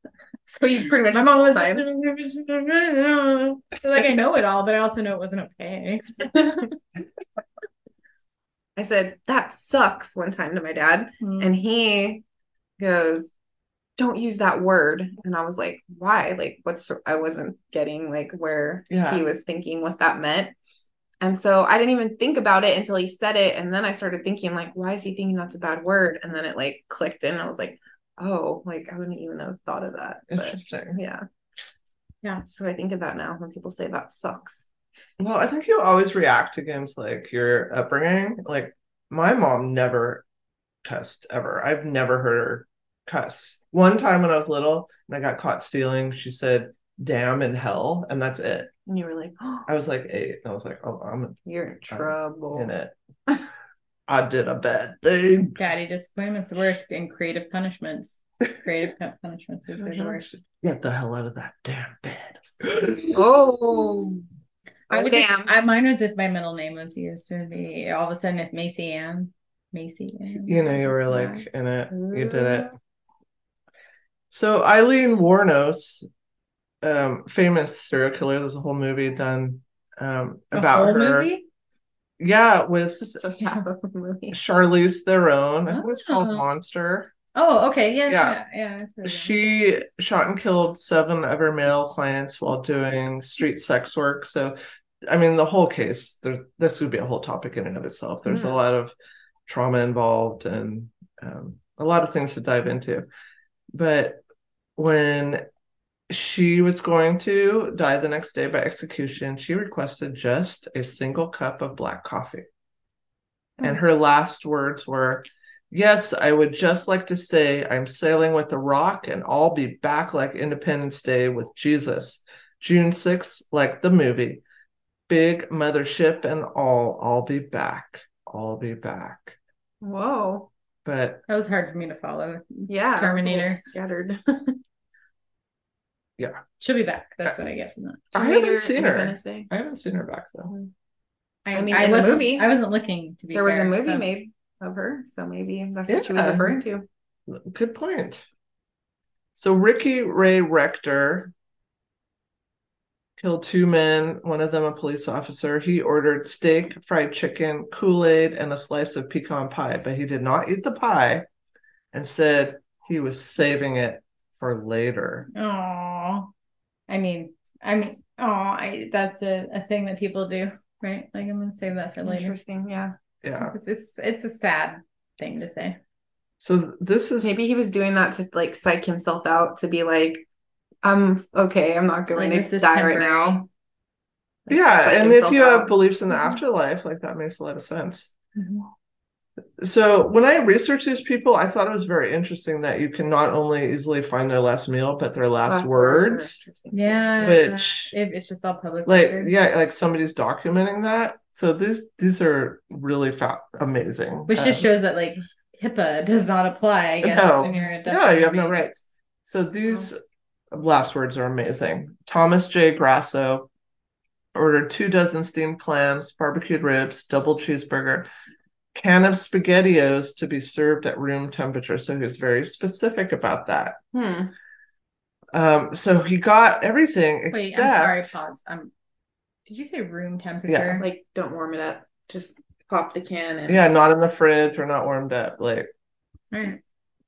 C: so you pretty much
A: my mom was
C: Fine.
A: like, I know it all, but I also know it wasn't okay.
C: I said that sucks one time to my dad,
A: Mm.
C: and he goes, "Don't use that word." And I was like, "Why? Like, what's?" I wasn't getting like where
B: Yeah.
C: he was thinking what that meant. And so I didn't even think about it until he said it, and then I started thinking like, "Why is he thinking that's a bad word?" And then it like clicked in. I was like, "Oh, like I wouldn't even have thought of that." But
B: Interesting.
C: yeah,
A: Yeah.
C: So I think of that now when people say that sucks.
B: Well, I think you always react against like your upbringing. Like my mom never cussed ever. I've never heard her cuss. One time when I was little and I got caught stealing, she said "damn" and "hell," and that's it.
C: And you were like, "Oh,
B: I was like eight, and I was like, "Oh, I'm
C: you're in trouble."
B: in it. I did a bad thing."
A: Daddy disappointments the worst, and creative punishments. Creative pu- punishments are the worst.
B: Get the hell out of that damn bed.
C: Oh,
A: I
C: oh
A: would
C: damn.
A: just, I, mine was if my middle name was used to be all of a sudden if Macy Ann, Macy Ann.
B: you know, you were
A: Smiles.
B: like in it. You did it. So Eileen Warnos, um, famous serial killer. There's a whole movie done um,
A: A
B: about
A: whole
B: her.
A: movie?
B: Yeah, with
C: This is just half of a movie.
B: Charlize Theron. I think it was called
A: Oh.
B: Monster.
A: Oh, okay. Yeah,
B: Yeah.
A: yeah, yeah. I've heard of that.
B: She shot and killed seven of her male clients while doing street sex work. So, I mean, the whole case. There's this would be a whole topic in and of itself. There's a lot of trauma involved and um, a lot of things to dive into. But when she was going to die the next day by execution, she requested just a single cup of black coffee. And her last words were, Yes, I would just like to say I'm sailing with the rock and I'll be back like Independence Day with Jesus. June 6th, like the movie. Big mothership and all. I'll be back. I'll be back.
C: Whoa.
B: But
A: That was hard for me to follow.
C: Yeah. it's a little
A: Terminator.
C: Scattered.
A: She'll be back. That's what I get from that.
B: I
C: Terminator,
B: haven't seen her.
C: Independence Day.
B: I haven't seen her back though.
A: I,
C: I mean,
A: I
C: in the
A: wasn't,
C: movie.
A: I wasn't looking to be.
C: There was a
A: fair,
C: movie
A: so-
C: made of her, so maybe that's what she was
B: Yeah.
C: referring to.
B: Good point. So Ricky Ray Rector killed two men, one of them a police officer. He ordered steak, fried chicken, Kool-Aid, and a slice of pecan pie, but he did not eat the pie and said he was saving it for later.
A: Aw. I mean, I mean, oh, I that's a, a thing that people do, right? Like I'm gonna save that for later.
C: Interesting. Yeah.
B: Yeah.
A: It's it's, it's a sad thing to say.
B: So th- this is
C: Maybe he was doing that to like psych himself out to be like, I'm okay. I'm not going
A: Like, this
C: to
A: is
C: die right
A: temporary.
C: now. Like, psych
B: yeah, and if
C: himself
B: you have
C: out.
B: beliefs in the
C: Mhm.
B: afterlife, like that makes a lot of sense.
C: Mhm.
B: So when I researched these people, I thought it was very interesting that you can not only easily find their last meal, but their last
C: Last
B: words,
C: are interesting.
A: Yeah.
B: which
A: it, it's just all public
B: like
A: record.
B: yeah, like somebody's documenting that. So these these are really fa- amazing.
A: Which
B: Um,
A: just shows that like HIPAA does not apply, I guess,
B: No.
A: when you're a
B: yeah, you have no
A: documentary.
B: rights. So these
A: Oh.
B: last words are amazing. Thomas J. Grasso ordered two dozen steamed clams, barbecued ribs, double cheeseburger, can of spaghettios to be served at room temperature. So he was very specific about that.
C: Hmm.
B: Um, so he got everything except
A: Wait, I'm sorry, pause. Um did you say room temperature?
C: Like, don't warm it up. Just pop the can and
B: yeah, not in the fridge or not warmed up, like
A: All right,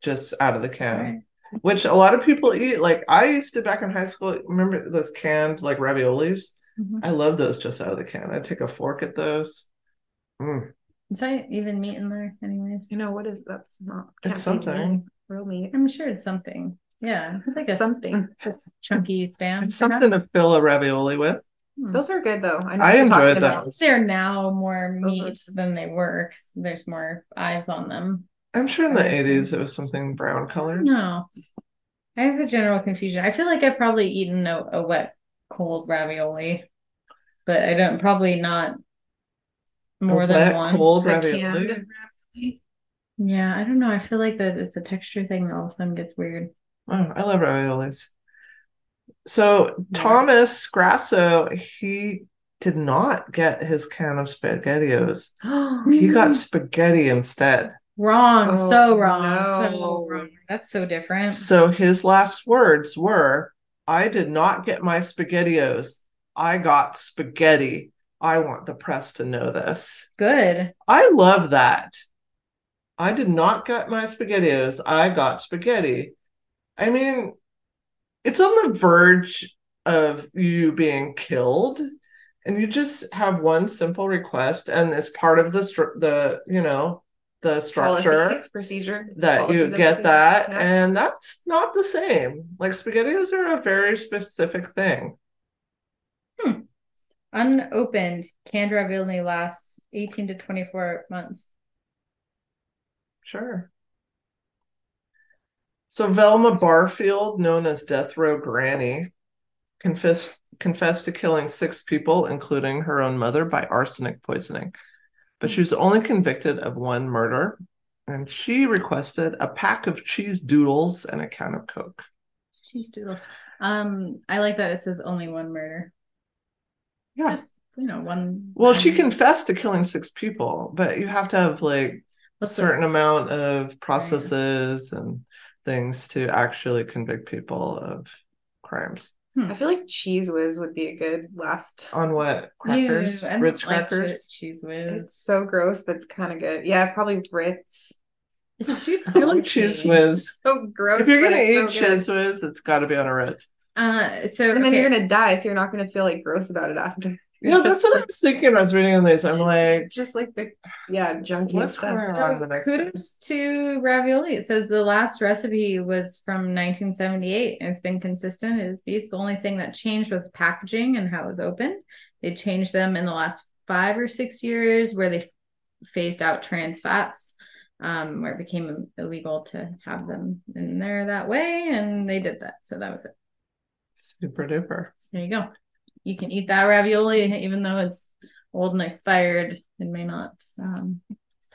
B: just out of the
A: all
B: can,
A: right.
B: which a lot of people eat. Like I used to back in high school, remember those canned like raviolis?
A: Mhm.
B: I love those just out of the can. I take a fork at those. Mm,
A: Is that even meat in there anyways?
C: You know what is that's not can't
B: it's
C: be
B: something.
C: meat, real meat.
A: I'm sure it's something. Yeah. It's like a something
C: something.
A: chunky spam.
B: It's something to fill a ravioli with.
A: Hmm.
C: Those are good though. I,
B: I
C: what you're
B: enjoyed
C: talking about.
B: those.
A: They're now more
C: Those are-
A: meat than they were. 'cause There's more eyes on them.
B: I'm sure in the
A: Amazing.
B: 80s it was something brown colored.
A: No, I have a general confusion. I feel like I've probably eaten a, a wet, cold ravioli, but I don't probably not more
B: A
A: than
B: wet,
A: one.
B: Cold
C: The
B: ravioli.
C: canned ravioli.
A: Yeah, I don't know. I feel like that it's a texture thing that all of a sudden gets weird.
B: Oh, I love raviolis. So Thomas Grasso, he did not get his can of spaghettios. He
A: Mm.
B: got spaghetti instead.
A: Wrong,
C: Oh,
A: so wrong,
C: no.
A: so wrong. That's so different.
B: So his last words were, I did not get my spaghettios. I got spaghetti. I want the press to know this.
A: Good.
B: I love that. I did not get my spaghettios. I got spaghetti. I mean, it's on the verge of you being killed, and you just have one simple request, and it's part of the stru- the you know the structure
C: Policies, procedure
B: that
C: policies
B: you
C: and
B: get
C: procedure.
B: that,
C: Yeah.
B: and that's not the same. Like spaghettios are a very specific thing.
A: Unopened. Candra only lasts 18 to 24 months.
B: Sure. So Velma Barfield, known as Death Row Granny, confessed confessed to killing six people, including her own mother, by arsenic poisoning. But she was only convicted of one murder, and she requested a pack of cheese doodles and a can of Coke.
A: Cheese doodles. Um, I like that it says only one murder.
B: Yeah.
A: Just you know, one
B: well, she
A: um,
B: confessed to killing six people, but you have to have like a
A: what's the-
B: certain amount of processes and things to actually convict people of crimes.
C: I feel like cheese whiz would be a good last.
B: On what? Crackers?
A: Ew, I don't
B: Ritz
A: like
B: crackers?
A: che- cheese whiz.
C: It's so gross, but kind of good. Yeah, probably Ritz.
A: It's too
B: I feel like cheese whiz.
C: So gross.
B: If you're
C: but
B: gonna eat
C: it's so good.
B: cheese whiz, it's gotta be on a Ritz.
A: Uh, so
C: and then
A: okay.
C: you're gonna die, so you're not gonna feel like gross about it after.
B: Yeah, that's what I was thinking when I was reading on these. I'm like,
C: Just like the yeah junky
B: What's
C: stuff.
B: going
A: So
B: on the next
A: kudos to ravioli. It says the last recipe was from 1978 and it's been consistent. It's beef. The only thing that changed was packaging and how it was opened. They changed them in the last five or six years where they phased out trans fats, um, where it became illegal to have them in there that way. And they did that. So that was it.
B: super duper.
A: There you go. You can eat that ravioli, even though it's old and expired. It may not. Um,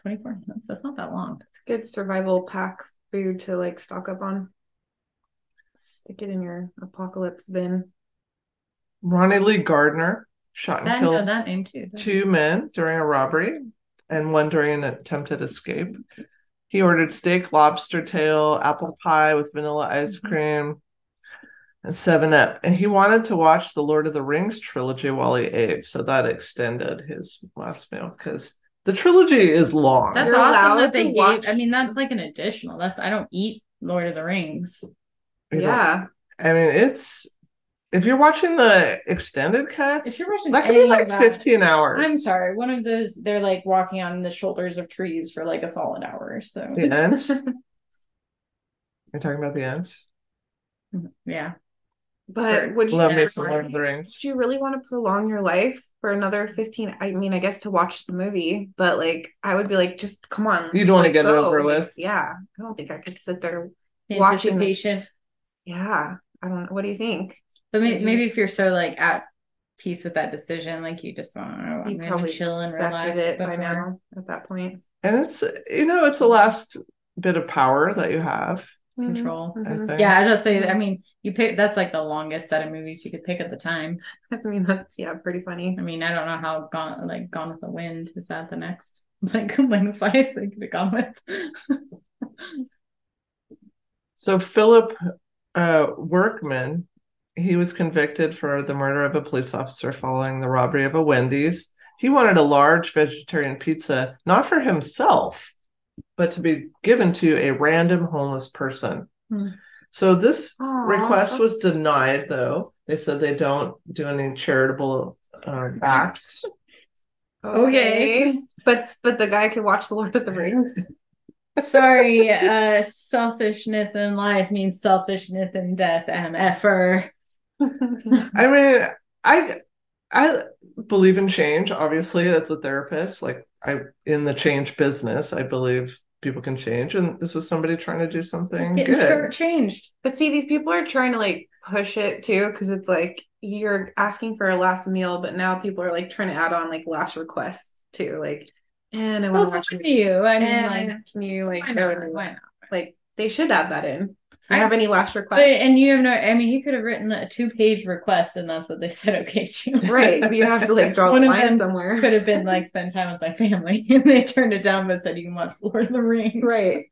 A: 24 months. That's not that long.
C: It's good survival pack food to like stock up on. Stick it in your apocalypse bin.
B: Ronnie Lee Gardner shot and
A: That, I know
B: killed
A: that name too.
B: two men during a robbery and one during an attempted escape. He ordered steak, lobster tail, apple pie with vanilla ice
A: Mhm.
B: cream, and Seven Up. And he wanted to watch the Lord of the Rings trilogy while he ate, so that extended his last meal because the trilogy is long.
A: That's
C: You're
A: awesome
C: allowed
A: that they
C: to
A: gave.
C: watch-
A: I mean, that's like an additional. That's I don't eat Lord of the Rings.
B: You know,
C: yeah,
B: I mean it's if you're watching the extended cuts,
A: If you're watching
B: that could be
A: any
B: like
A: of that-
B: 15 hours.
A: I'm sorry. One of those. They're like walking on the shoulders of trees for like a solid hour. So
B: The ants. you're talking about the ants.
A: yeah.
C: but
A: For-
C: would you,
B: Love me
A: Yeah.
B: some Lord of the Rings.
C: would you really want to prolong your life for another 15? I mean, I guess to watch the movie, but like I would be like, just come on.
B: You'd wanna
C: like,
B: get it
C: go.
B: over
C: Like,
B: with.
C: Yeah, I don't think I could sit there. Watching it.
A: Anticipation.
C: Yeah, I don't. What do you think?
A: But may-
C: Mhm.
A: maybe if you're so like at peace with that decision, like you just want to I'm
C: You
A: gonna chill and
C: expected
A: relax.
C: it by
A: before-
C: now at that point.
B: And it's you know, it's the last bit of power that you have,
A: Control.
C: Mhm.
B: I
C: Mhm.
B: think.
A: Yeah, I just say. I mean, you pick. That's like the longest set of movies you could pick at the time.
C: I mean, that's yeah, pretty funny.
A: I mean, I don't know how gone like Gone with the Wind is that the next like lengthwise they could have gone with.
B: So Philip uh, Workman, he was convicted for the murder of a police officer following the robbery of a Wendy's. He wanted a large vegetarian pizza, not for himself, but to be given to a random homeless person.
A: Hmm.
B: So this
C: Aw,
B: request was
C: that's-
B: denied, though. They said they don't do any charitable uh, acts.
A: Okay.
C: But but the guy could watch The Lord of the Rings.
A: Sorry, uh, selfishness in life means selfishness in death. MFR.
B: I mean, I I believe in change. Obviously, as a therapist, like I in the change business, I believe people can change, and this is somebody trying to do something
A: Getting
B: good.
A: shortchanged.
C: but see, these people are trying to like push it too, because it's like you're asking for a last meal, but now people are like trying to add on like last requests too, like and I want
A: Well,
C: to
A: good
C: watch
A: for
C: it.
A: you. I mean,
C: And
A: like,
C: can you like
A: why
C: go
A: not?
C: and
A: Why not?
C: like they should add that in. Do you
A: I-
C: have any last
A: But
C: requests?
A: and you have no. I mean, he could have written a two-page request, and that's what they said okay to.
C: right, but you have to like draw
A: One
C: the
A: of
C: line
A: them
C: somewhere.
A: could have been like spend time with my family, and they turned it down, but said you can watch Lord of the Rings.
C: Right.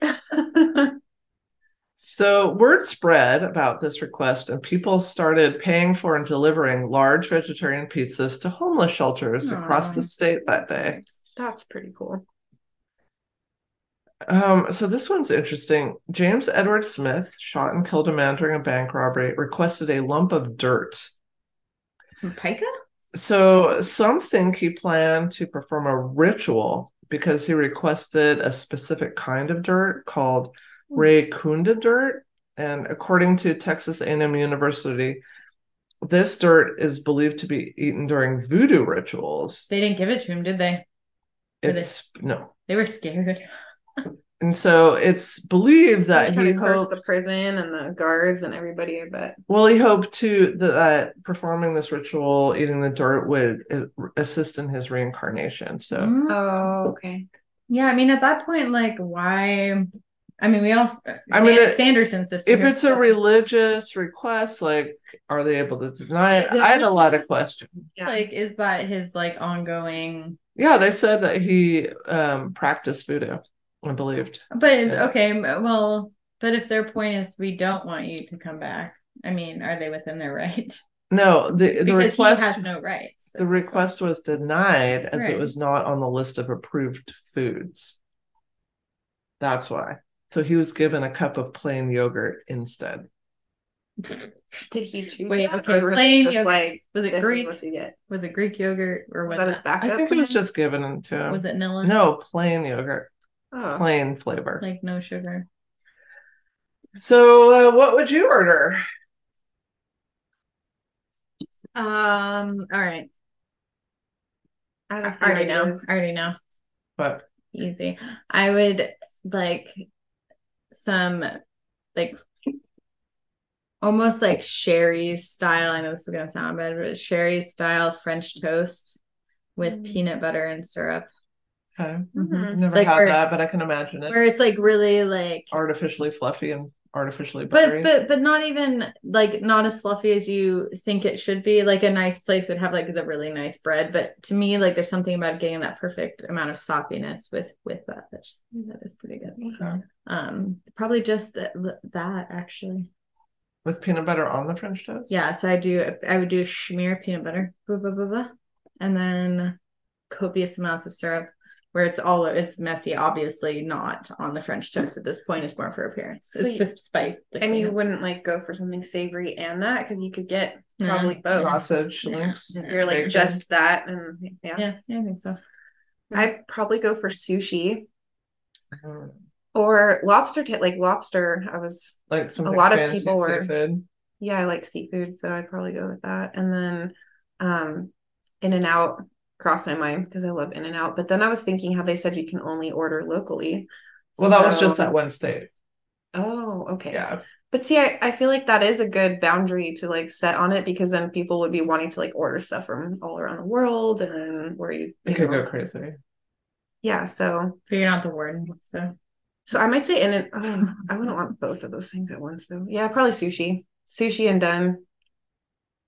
B: So word spread about this request, and people started paying for and delivering large vegetarian pizzas to homeless shelters across
A: Aw.
B: the state that day.
C: That's pretty cool.
B: Um, so this one's interesting. James Edward Smith, shot and killed a man during a bank robbery, requested a lump of dirt.
A: Some pica.
B: So some think he planned to perform a ritual because he requested a specific kind of dirt called
C: Hmm.
B: Raycunda dirt. And according to Texas A&M University, this dirt is believed to be eaten during voodoo rituals.
A: They didn't give it to him, did they? Really?
B: It's no.
A: They were scared.
B: And so it's believed that
C: Just trying
B: he
C: to curse
B: hoped,
C: the prison and the guards and everybody, but
B: well, he hoped to that performing this ritual, eating the dirt would uh, assist in his reincarnation. So uh,
A: Mm.
C: oh, okay.
A: Yeah, I mean, at that point, like, why? I mean, we all.
B: I mean,
A: San-
B: it-
A: Sanderson's sister.
B: if it's a
A: said-
B: religious request, like, are they able to deny it?
A: Is it
B: I had a lot of questions.
C: Yeah.
A: like, is that his like ongoing?
B: Yeah, they said that he um, practiced voodoo, I believed.
A: But
B: Yeah.
A: okay, m- well, but if their point is we don't want you to come back, I mean, are they within their right?
B: No, the, the
A: because
B: request
A: he has no rights.
B: the request was denied as
A: Right.
B: it was not on the list of approved foods. That's why. So he was given a cup of plain yogurt instead.
C: Did he choose?
A: Wait,
C: that,
A: okay,
C: or was it
A: plain
C: just
A: yogurt.
C: like
A: Was it
C: this
A: Greek?
C: is what you get.
A: Was it Greek yogurt or was
C: Was that his
A: it?
C: backup?
B: I think it was
C: plan?
B: just given to him.
A: Was it Nilla?
B: No, plain yogurt,
C: Oh.
B: plain flavor.
A: like no sugar.
B: So, uh, what would you order?
A: Um. All right.
C: I have a
A: I
C: few
A: already know.
C: ideas.
A: I already know.
B: But
A: Easy. I would like some like almost like sherry style. I know this is gonna sound bad, but sherry style French toast with
C: Mm.
A: peanut butter and syrup,
B: okay. mm-hmm.
C: Mhm.
B: Never
A: Like
B: had
A: where-
B: that, but I can imagine it.
A: where it's like really like.
B: Artificially fluffy and artificially buttery.
A: But but but not even like not as fluffy as you think it should be. Like a nice place would have like the really nice bread, but to me, like there's something about getting that perfect amount of soppiness with with that. That's, that is pretty good.
B: Okay.
A: Um, probably just uh, l- that actually.
B: With peanut butter on the French toast?
A: Yeah, so I do. I would do schmear peanut butter, blah, blah, blah, blah, and then copious amounts of syrup. Where it's all it's messy, obviously not on the French toast at this point. It's more for appearance.
C: So
A: it's
C: you-
A: to spite. the
C: And you
A: cleanup.
C: wouldn't like go for something savory and that because you could get
A: Nah.
C: probably both.
B: Sausage
A: Yeah.
B: links.
A: Yeah.
C: you're like
B: bacon.
C: just that and yeah.
A: Yeah, yeah, I think so.
C: I'd probably go for sushi
B: Mm.
C: or lobster tail like lobster. I was
B: like some
C: lot of people were-
B: seafood.
C: yeah, I like seafood, so I'd probably go with that. And then um In and Out crossed my mind because I love In and Out. But then I was thinking how they said you can only order locally.
B: Well, that was
C: So-
B: just that one state.
C: Oh, okay.
B: Yeah.
C: But see, I, I feel like that is a good boundary to like set on it because then people would be wanting to like order stuff from all around the world and then where you,
B: It
C: you
B: could
C: know.
B: go crazy.
C: yeah, so
A: But you're not the warden, so
C: so I might say in and oh, I wouldn't want both of those things at once though. Yeah, probably sushi. Sushi and done.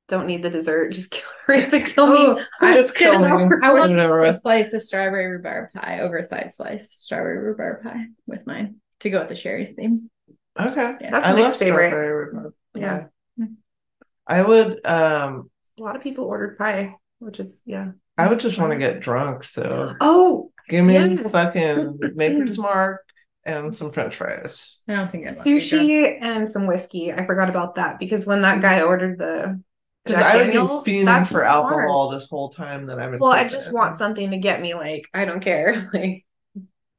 C: Don't need the dessert. Just kill right to kill me.
A: Oh, I-
B: Just kill me.
A: I
B: Put
A: want
B: it over
A: a
B: with.
A: slice of strawberry rhubarb pie, oversized slice strawberry rhubarb pie with mine to go with the sherry's theme.
B: Okay.
A: Yeah.
C: That's
B: I love
C: Nick's favorite.
B: strawberry rhubarb.
C: Yeah.
B: Yeah. I would um
C: A lot of people ordered pie, which is yeah.
B: I would just want to get drunk, so
C: Oh,
B: give me
C: Yes.
B: fucking Maker's Mark and some French fries.
A: I don't think that's
C: sushi and some whiskey. I forgot about that because when
A: Mm-hmm.
C: that guy ordered the
B: Because
C: Jack
B: I would
C: Daniels,
B: be fiending
C: that's
B: for
C: smart.
B: alcohol this whole time that I've been.
C: Well, I
B: prison.
C: just want something to get me like I don't care, like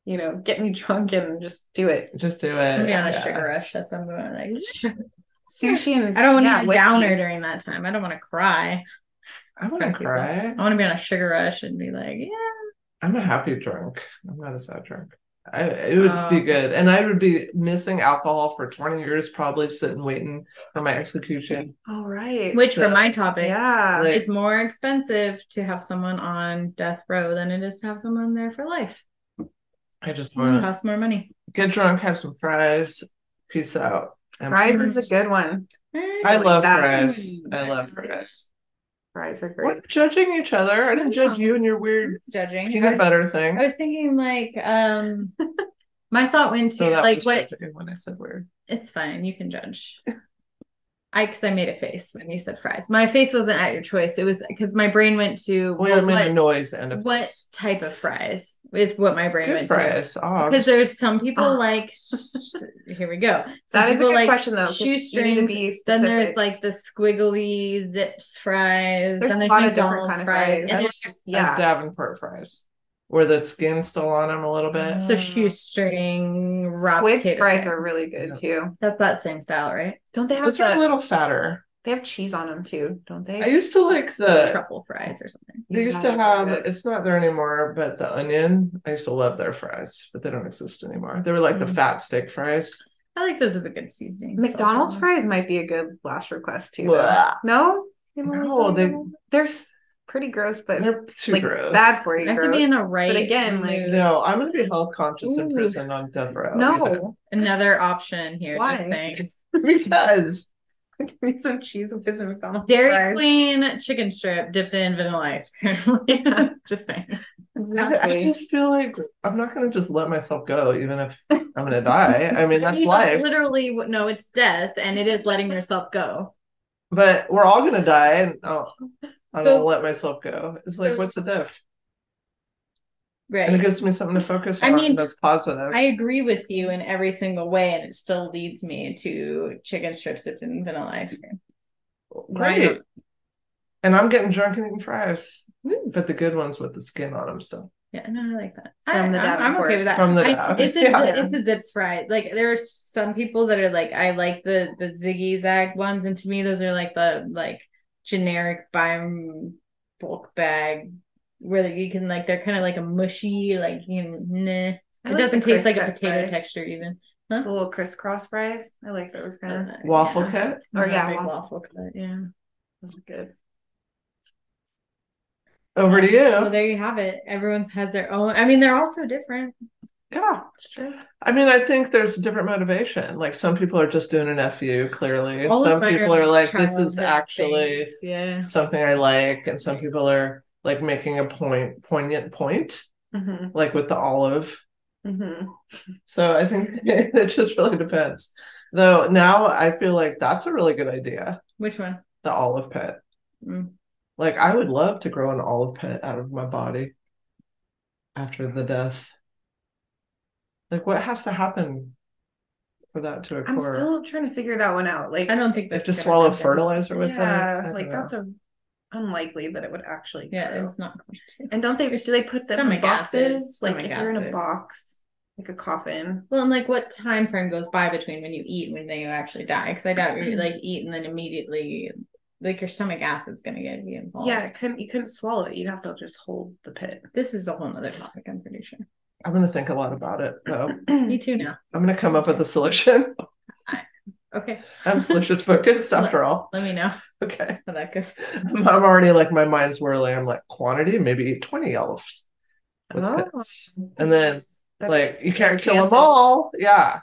C: you know, get me drunk and just do it.
B: Just do it.
A: I'm gonna be on a
B: yeah.
A: sugar rush. That's what I'm going like.
C: Sushi and
A: I don't want to
C: yeah,
A: be a
C: whiskey.
A: downer during that time. I don't want to cry.
B: I want to
A: Drunk people.
B: cry.
A: I want to be on a sugar rush and be like, yeah,
B: I'm a happy drunk. I'm not a sad drunk. I, it would be
A: Oh.
B: good, and I would be missing alcohol for 20 years, probably sitting waiting for my execution.
C: All right.
A: which for
B: So,
A: my topic
C: yeah.
B: Like-
A: is more expensive to have someone on death row than it is to have someone there for life.
B: I just
A: It
B: want to
C: Mm-hmm.
A: costs more money.
B: get drunk, have some fries, peace out. And
C: Fries is a good one.
B: I love
C: that. Mm.
B: fries. I love fries.
C: Fries are great.
B: We're judging each other. I didn't judge you and your weird
A: judging. I
B: peanut
A: was-
B: butter thing.
A: I was thinking like um my thought went to
B: So that
A: like
B: was
A: what
B: judging when I said weird.
A: it's fine, you can judge. I because I made a face when you said fries. My face wasn't at your choice. It was because my brain went to
B: Well, I
A: well,
B: mean
A: what,
B: the noise and of
A: what type of fries is what my brain
B: good
A: went to.
B: fries. Oh,
A: Because there's some people
C: Ah.
A: like here we go. Some
C: That is a
A: people
C: good
A: like
C: question though. 'cause you need to
A: shoestrings,
C: be
A: Then
C: specific.
A: there's like the squiggly zips fries.
C: There's
A: then
C: a
A: there's
C: lot of different
A: McDonald's
C: kind of
A: fries.
C: fries.
A: And
B: And
A: there's
B: yeah.
C: yeah.
B: Davenport fries, where the skin's still on them a little bit.
A: so shoestring raw
C: Swiss
A: potato
C: hmm. fries
A: fry.
C: are really good too.
A: That's that same style, right?
C: Don't they have
B: Those are a
C: the,
B: little fatter.
C: they have cheese on them too, don't they?
B: I used to like the.
A: Truffle fries or something.
B: They used
C: Yeah,
B: to
C: those are
B: have.
C: good.
B: It's not there anymore, but the onion. I used to love their fries, but they don't exist anymore. They were like the
A: Mm.
B: fat steak fries.
A: I like those are the good seasoning.
C: McDonald's
A: So-
C: fries might be a good last request too. though.
B: Blah.
C: No?
A: Oh,
B: No, they
C: They're s- pretty gross, but
B: they're too
C: like
B: gross.
C: bad for you.
A: I have to
C: gross.
A: be in a right.
C: again, like-
A: mood.
B: No, I'm gonna be health conscious in
A: Ooh.
B: prison on death row.
C: no.
A: another option here.
C: Why?
A: Just saying.
B: because
C: Give me some cheese with the McDonald's
A: Dairy
C: fries.
A: Queen chicken strip dipped in vanilla ice cream. just saying.
B: I, I
C: Exactly.
B: just feel like I'm not gonna just let myself go, even if I'm gonna die. I mean, that's
A: You know,
B: life.
A: Literally, what- no, it's death, and it is letting yourself go.
B: But we're all gonna die, and I'll, I
C: So-
B: don't let myself go. It's like,
A: so-
B: what's the diff? And it
A: Right.
B: gives me something to focus
A: I
B: on
A: mean,
B: that's positive.
A: I agree with you in every single way, and it still leads me to chicken strips dipped in vanilla ice cream. why
B: Great.
A: not?
B: And I'm getting drunk and eating fries, but the good ones with the skin on them still.
A: Yeah, no, I like that. I,
C: From the
A: I'm, I'm okay
C: Davenport.
A: with that.
B: From the
A: I,
B: Dav,
A: it's a
B: yeah.
A: it's a zips fry. Like there are some people that are like I like the the ziggy zag ones, and to me those are like the like generic buy 'em bulk bag where you can like they're kind of like a mushy like you know, nah.
C: I
A: it
C: like
A: doesn't
C: the
A: taste like a
C: criss-cut
A: potato
C: fries.
A: texture even.
C: The little crisscross fries. I like those kind of.
A: Uh,
B: Waffle
A: yeah.
B: cut. Oh,
A: Or
C: Or,
A: yeah,
C: yeah,
A: big
C: waffle.
A: waffle cut. Yeah.
C: Those are good.
B: Over to you.
C: Oh.
A: Well, there you have it. Everyone has their own. I mean, they're all so different.
B: Yeah. I mean, I think there's different motivation. Like some people are just doing an FU clearly, and
A: All of
B: some
A: mine
B: people are like, this
A: trials
B: is
A: and
B: actually
A: things. yeah.
B: something I like, and some people are like making a point, poignant point,
C: Mm-hmm.
B: like with the olive.
C: Mm-hmm.
B: So I think it just really depends. Though now I feel like that's a really good idea,
A: Which one?
B: the olive pit.
A: Mm.
B: Like I would love to grow an olive pit out of my body after the death. Like what has to happen for that to occur?
C: I'm still trying to figure that one out. Like,
A: I don't think
B: They have
A: that's gonna
B: to swallow
A: happen.
B: fertilizer with it. I
C: yeah,
B: don't
C: like
B: know.
C: that's a unlikely that it would actually.
A: Yeah,
C: grow.
A: it's not going to.
C: and don't they
A: Your
C: do they put them in
A: stomach acid,
C: boxes? like
A: stomach
C: if you're in a
A: acid.
C: box, like a coffin.
A: Well, and like what time frame goes by between when you eat and when then you actually die? Because I doubt
B: Mm-hmm.
A: you like eat and then immediately, like your stomach acid's gonna get you involved.
C: Yeah, it couldn't you couldn't swallow it? You'd have to just hold the pit.
A: this is a whole other topic. I'm pretty sure.
B: I'm gonna think a lot about it though.
A: Me too now.
B: I'm gonna come up with a solution.
A: Okay,
B: I'm solution focused after all.
A: let me know
B: Okay.
A: how that goes.
B: I'm I'm already like my mind's whirling. I'm like quantity, maybe eat 20 olives with
C: Oh.
B: pits. And then
C: That's-
B: like you can't kill
C: chances.
B: them all. Yeah.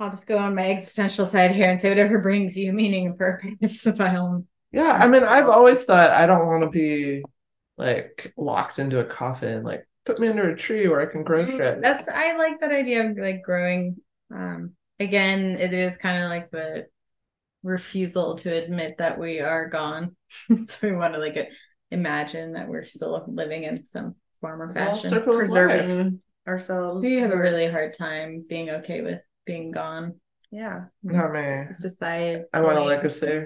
A: I'll just go on my existential side here and say whatever brings you meaning and purpose. If I don't,
B: Yeah. I mean, I've always thought I don't want to be like locked into a coffin, like put me under a tree where I can grow shit.
A: Mm, that's I like that idea of like growing. Um, again, it is kind of like the refusal to admit that we are gone. so we want to like imagine that we're still living in some form or
B: Well,
A: fashion.
B: circle of life.
C: preserving ourselves.
A: We have a really hard time being okay with being gone.
C: yeah.
B: Not me.
A: Society.
B: I want a legacy.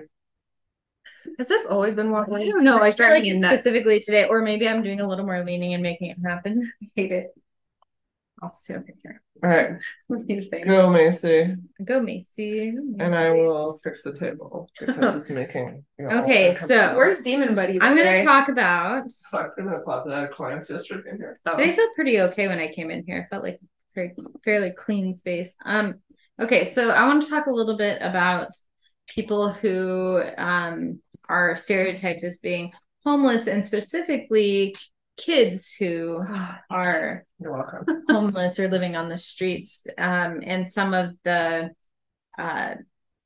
C: Has this always been what
A: I don't know. I feel like
C: driving you
A: it's
C: nuts?
A: specifically today, or maybe I'm doing a little more leaning and making it happen. I hate it. I'll see a picture.
B: All right.
C: What do you think?
B: Go, Macy.
A: Go, Macy. Go,
B: And I
A: Macy.
B: will fix the table because it's making. you know,
A: Okay,
B: uncomfortable.
A: so-
C: Where's Demon Buddy?
A: I'm
C: by the
A: going to
C: way?
A: talk about.
B: So I put in the closet. I had clients yesterday in here.
C: Oh.
A: Today I felt pretty okay when I came in here. It felt like a very fairly clean space. Um, okay, so I want to talk a little bit about people who um are stereotyped as being homeless and specifically kids who are
B: You're welcome.
A: homeless or living on the streets um, and some of the uh,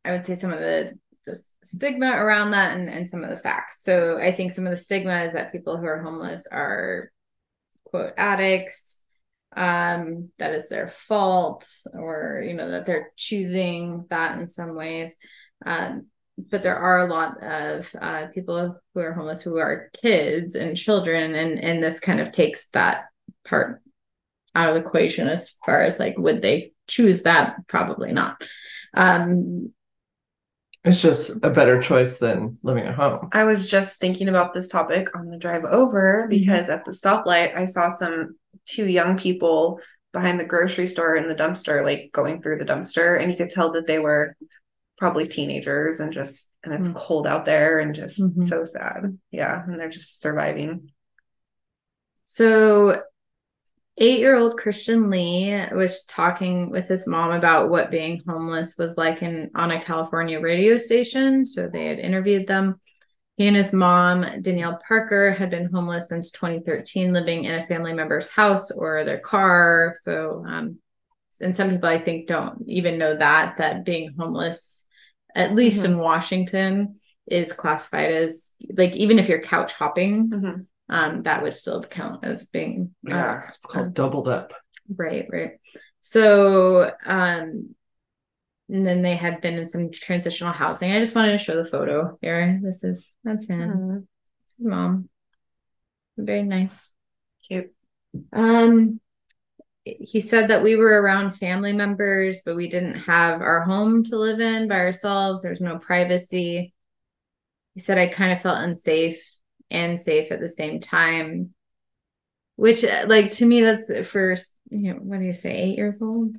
A: i would say some of the, the s- stigma around that and, and some of the facts so i think some of the stigma is that people who are homeless are quote addicts um that is their fault or you know that they're choosing that in some ways um but there are a lot of uh, people who are homeless who are kids and children and and this kind of takes that part out of the equation as far as like would they choose that probably not um
B: It's just a better choice than living at home.
C: I was just thinking about this topic on the drive over because at the stoplight, I saw some two young people behind the grocery store in the dumpster, like going through the dumpster, and you could tell that they were probably teenagers and just, and it's
A: Mm.
C: cold out there and just
A: Mhm.
C: so sad. Yeah. And they're just surviving.
A: so eight-year-old christian lee was talking with his mom about what being homeless was like in on a california radio station so they had interviewed them he and his mom danielle parker had been homeless since 2013 living in a family member's house or their car so um and some people i think don't even know that that being homeless at least in washington is classified as like even if you're couch hopping
C: Mm-hmm.
A: um that would still count as being uh,
B: Yeah, it's called doubled up.
A: Right, right. So, um, and then they had been in some transitional housing. I just wanted to show the photo here. This is that's him,
C: Mhm.
A: This is mom. Very nice.
C: Cute.
A: Um, he said that we were around family members, but we didn't have our home to live in by ourselves. There was no privacy. He said I kind of felt unsafe and safe at the same time, which, uh, like, to me, that's for you know, what do you say, eight years old?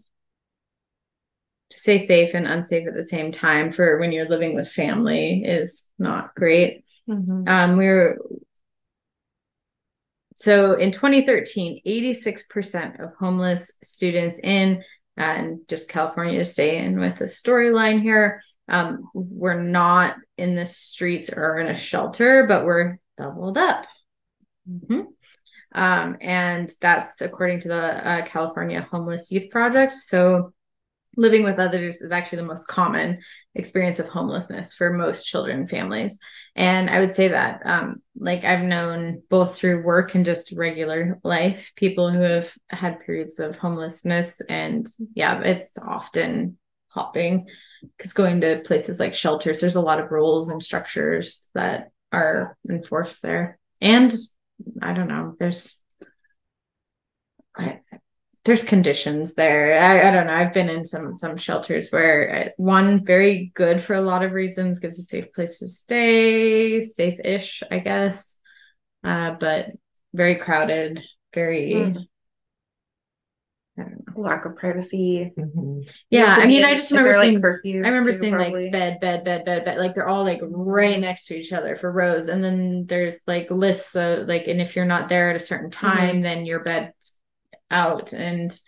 A: To say safe and unsafe at the same time for when you're living with family is not great.
C: Mm-hmm.
A: Um, we were so in 2013, 86% of homeless students in uh, and just California to stay in with the storyline here um, were not in the streets or in a shelter, but were doubled up. Mhm. Um, and that's according to the uh, California Homeless Youth Project. So living with others is actually the most common experience of homelessness for most children and families and i would say that um like i've known both through work and just regular life people who have had periods of homelessness and yeah it's often hopping because going to places like shelters there's a lot of rules and structures that are enforced there and i don't know there's I, there's conditions there I, I don't know i've been in some some shelters where uh, one very good for a lot of reasons gives a safe place to stay safe-ish i guess uh, but very crowded very
C: Mm. Lack of privacy.
A: Mm-hmm.
C: You
A: yeah
C: have to
A: i
C: be
A: mean
C: in-
A: i just
C: is
A: remember
C: there, like,
A: seeing
C: curfew.
A: I remember
C: too,
A: seeing
C: probably?
A: like bed, bed, bed, bed, bed. Like they're all like right next to each other for rows. And then there's like lists of like, and if you're not there at a certain
C: Mm-hmm.
A: time, then your bed's out. And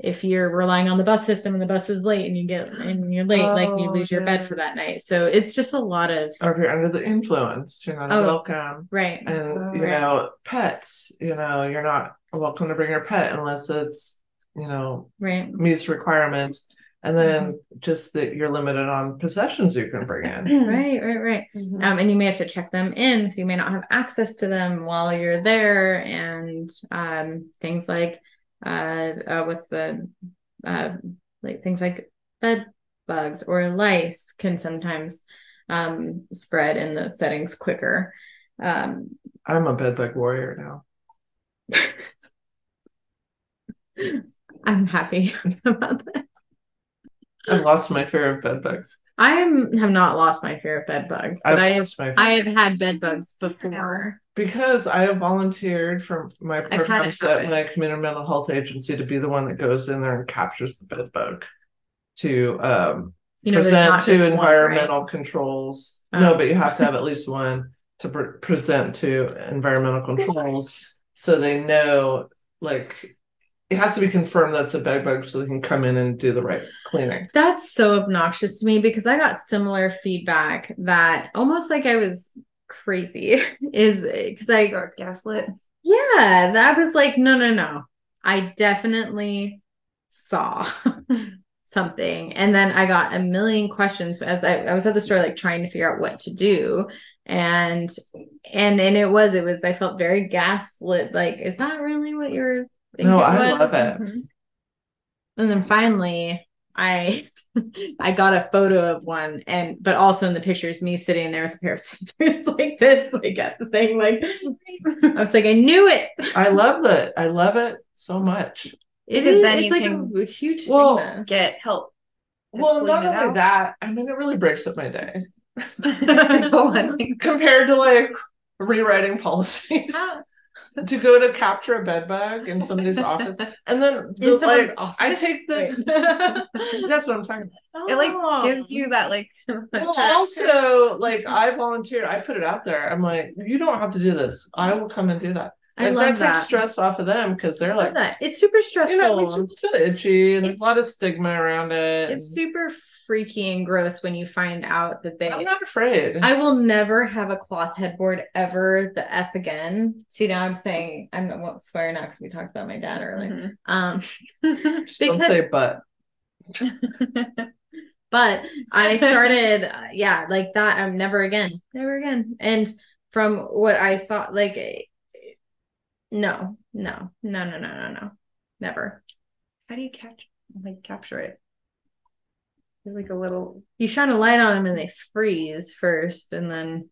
A: if you're relying on the bus system and the bus is late and you get and you're late, like you
C: Oh,
A: lose your bed
C: yeah.
A: for that night. So it's just a lot of
B: Or if you're under the influence, you're not
A: Oh.
B: welcome.
A: right.
B: And you
A: Right.
B: know, pets, you know, you're not welcome to bring your pet unless it's, you know,
A: Right.
B: meets requirements. And then
A: Mm-hmm.
B: just that you're limited on possessions you can bring in.
C: Hmm.
A: Right, right, right.
C: Mhm.
A: Um, and you may have to check them in, so you may not have access to them while you're there, and um, things like uh, uh, what's the uh, like things like bed bugs or lice can sometimes um, spread in those settings quicker. Um,
B: I'm a bedbug warrior now.
A: I'm happy about that.
B: I've lost my fear of bedbugs.
A: I am, have not lost my fear of bed bugs, but I
B: I've
A: have,
B: lost my
A: I have had bed bugs before.
B: because I have volunteered for my
A: kinda
B: programs at
A: haven't.
B: my community mental health agency to be the one that goes in there and captures the bed bug to um,
A: You know, there's
B: present
A: not
B: to
A: just one, right?
B: environmental controls. No,
A: Oh.
B: but you have to have at least one to pre- present to environmental controls so they know like it has to be confirmed that's a bed bug so they can come in and do the right cleaning.
A: That's so obnoxious to me because I got similar feedback that almost like I was crazy is because I
C: Gaslit.
A: Yeah, that was like, no, no, no. I definitely saw something. And then I got a million questions as I, I was at the store, like trying to figure out what to do. And and and it was, it was, I felt very gaslit. Like, is that really what you were thinking?
B: No,
A: it
B: I
A: was?
B: love it.
C: Mhm.
A: And then finally, I I got a photo of one, and but also in the pictures, me sitting there with a pair of scissors like this, like at the thing, like I was like, I knew it.
B: I love that. I love it so much.
A: It
C: Because
A: is.
C: then
A: It's
C: you
A: like
C: can-
A: a huge
B: Well,
A: stigma.
C: Get help. to
B: Well,
C: clean
B: not
C: it
B: only
C: out.
B: that, I mean, it really breaks up my day
C: It's a one thing.
B: compared to like rewriting policies
A: How-
B: to go to capture a bed bug in somebody's office. And then, the,
A: in someone's
B: like, I
A: office?
B: take this. That's what I'm talking about.
C: It
A: Oh.
C: like gives you that like
B: Well, also, like, I volunteer, I put it out there. I'm like, you don't have to do this. I will come and do that.
A: I
B: Like,
A: love
B: takes
A: that.
B: stress off of them because they're
A: I love
B: like,
A: that. It's super
B: you
A: stressful.
B: know, it makes people feel itchy and there's a
C: It's-
B: lot of stigma around
A: it's
B: it. and
A: super freaky and gross when you find out that they
B: I'm not afraid.
A: I will never have a cloth headboard ever the F again. See, now I'm saying I'm I won't swear now because we talked about my dad earlier.
C: Mhm.
B: Mm-hmm.
A: Um,
B: Just don't
A: because-
B: say but.
A: but I started, uh, yeah, like that. I'm never again, never again. And from what I saw, like, eh, no, no, no, no, no, no, no, never.
C: How do you catch like capture it? There's, Like a little
A: You shine a light on them and they freeze first, and then,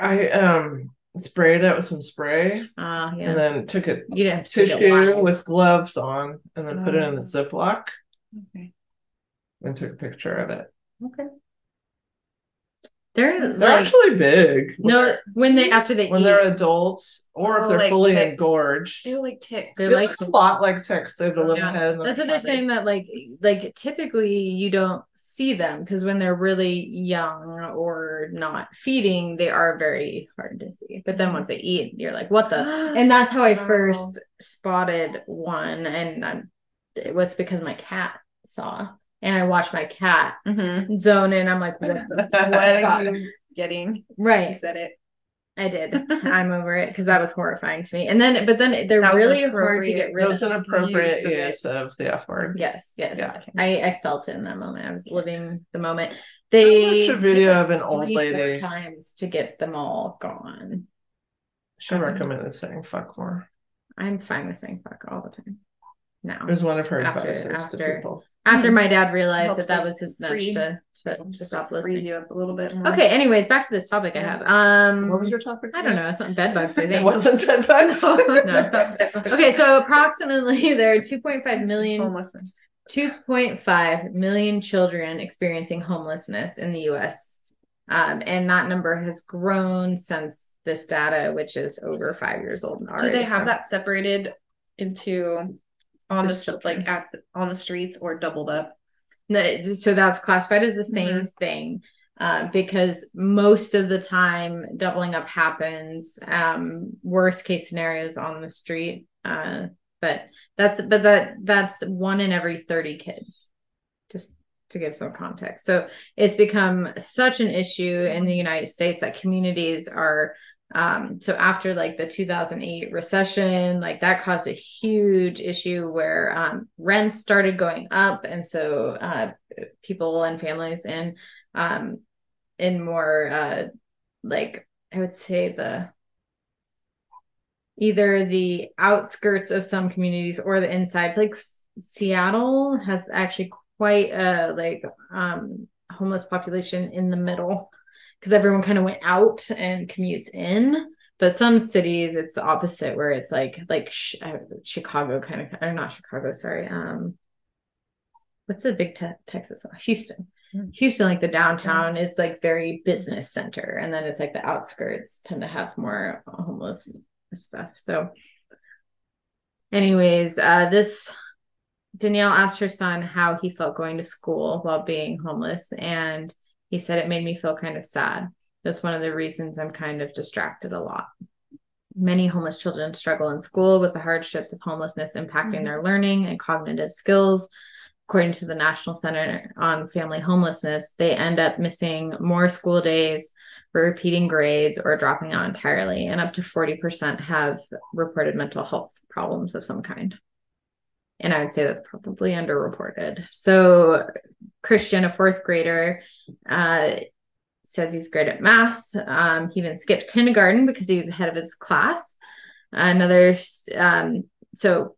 B: I um sprayed it with some spray
A: uh, yeah,
B: and then took a
A: you didn't have to take it Mm.
B: tissue
A: wide.
B: with gloves on and then put it in a
C: Oh.
B: Ziploc
C: okay.
B: and took a picture of it.
C: Okay.
A: They're
B: They're
A: like,
B: actually big. when
A: no,
B: they're-
A: when they after they
B: when
A: eat,
B: they're adults or
C: Oh,
B: if they're
C: like
B: fully
C: ticks.
B: engorged.
C: Feel like ticks.
A: They're
B: They
A: like
B: look a
A: ticks.
B: lot like ticks. They have the little
A: Yeah.
B: head. and the
A: That's what
B: little
A: they're
B: body.
A: saying that like like typically you don't see them because when they're really young or not feeding, they are very hard to see. But then once they eat, you're like, what the? And that's how I
C: Wow.
A: first spotted one, and I'm, it was because my cat saw, and I watched my cat
C: Mhm.
A: zone in. I'm like, what the?
C: what
A: God.
C: are you getting? You
A: right?
C: said it.
A: I did. I'm over it because that was horrifying to me. And then, but then they're
C: That was
A: really hard to
C: appropriate.
A: get
B: That
A: rid
B: was
A: of.
B: an appropriate
C: use of it.
B: use of the F word.
A: Yes, yes.
B: Yeah.
A: I, I felt it in that moment. I was living the moment.
B: I
A: They
B: watched a video
A: took
B: of an old
A: three, four
B: lady.
A: times to get them all gone.
B: She recommended saying fuck more.
A: I'm fine with saying fuck all the time
B: It
A: now.
B: was one of her
A: After-
B: advices to
A: after-
B: people.
A: After
C: Hmm.
A: my dad realized
C: Helps
A: that that
C: it
A: was his nudge
C: free-
A: to, to, to stop
C: freeze
A: listening.
C: you up a little bit. More.
A: Okay, anyways, back to this topic I have. Um
B: What was your topic?
A: I don't know, it's not bed bugs, I
B: It
A: think.
B: wasn't bed bugs.
A: Okay, so approximately there are 2.5 million
C: Homelessness.
A: 2.5 million children experiencing homelessness in the US. Um, and that number has grown since this data, which is over five years old. and
C: Do
A: already
C: they have
A: from-
C: that separated into on the
A: Just
C: st-
A: children.
C: like at the, on the streets or doubled up?
A: No, So that's classified as the same thing uh, because most of the time doubling up happens. Um, worst case scenarios on the street. Uh, but that's but that that's one in every 30 kids. Just to give some context. So it's become such an issue in the United States that communities are um so after like the 2008 recession like that caused a huge issue where um rents started going up and so uh people and families in um in more uh like i would say the either the outskirts of some communities or the insides like S- seattle has actually quite a like um homeless population in the middle because everyone kind of went out and commutes in but some cities it's the opposite where it's like like sh- uh, chicago kind of or not chicago sorry um what's the big te- texas one? houston
C: Hmm.
A: houston like the downtown is like very business center and then it's like the outskirts tend to have more homeless stuff so anyways uh this danielle asked her son how he felt going to school while being homeless and he said it made me feel kind of sad. That's one of the reasons I'm kind of distracted a lot. Many homeless children struggle in school with the hardships of homelessness impacting their learning and cognitive skills. according to the National Center on Family Homelessness, they end up missing more school days for repeating grades or dropping out entirely, and up to 40% have reported mental health problems of some kind. And I would say that's probably underreported. So, Christian, a fourth grader, uh, says he's great at math. Um, he even skipped kindergarten because he was ahead of his class. Another, um, so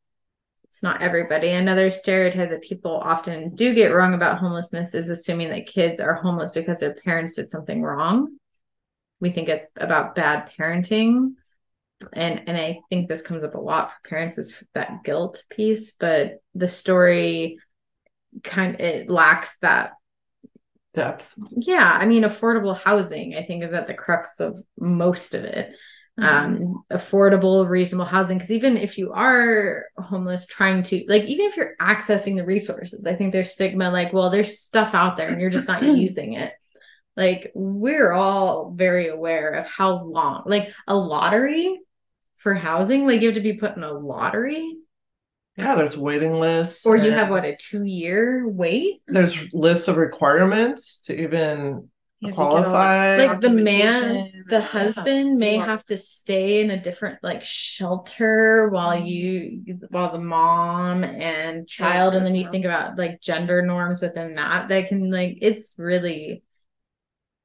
A: it's not everybody. Another stereotype that people often do get wrong about homelessness is assuming that kids are homeless because their parents did something wrong. We think it's about bad parenting. And and I think this comes up a lot for parents is that guilt piece, but the story kind of, it lacks that
B: depth.
A: yeah i mean affordable housing i think is at the crux of most of it
C: Mm-hmm.
A: um affordable reasonable housing because even if you are homeless trying to like even if you're accessing the resources i think there's stigma like well there's stuff out there and you're just not using it like we're all very aware of how long like a lottery for housing like you have to be put in a lottery
B: Yeah, there's waiting lists.
A: or you
B: and
A: have what a two year wait
B: There's lists of requirements to even
C: You have to get all that
B: qualify.
A: like the man
C: documentation.
A: the
C: Mm, Yeah.
A: husband may
C: Yeah.
A: have to stay in a different like shelter while
C: Mm-hmm.
A: you while the mom and child and then you
C: personal.
A: think about like gender norms within that that can like it's really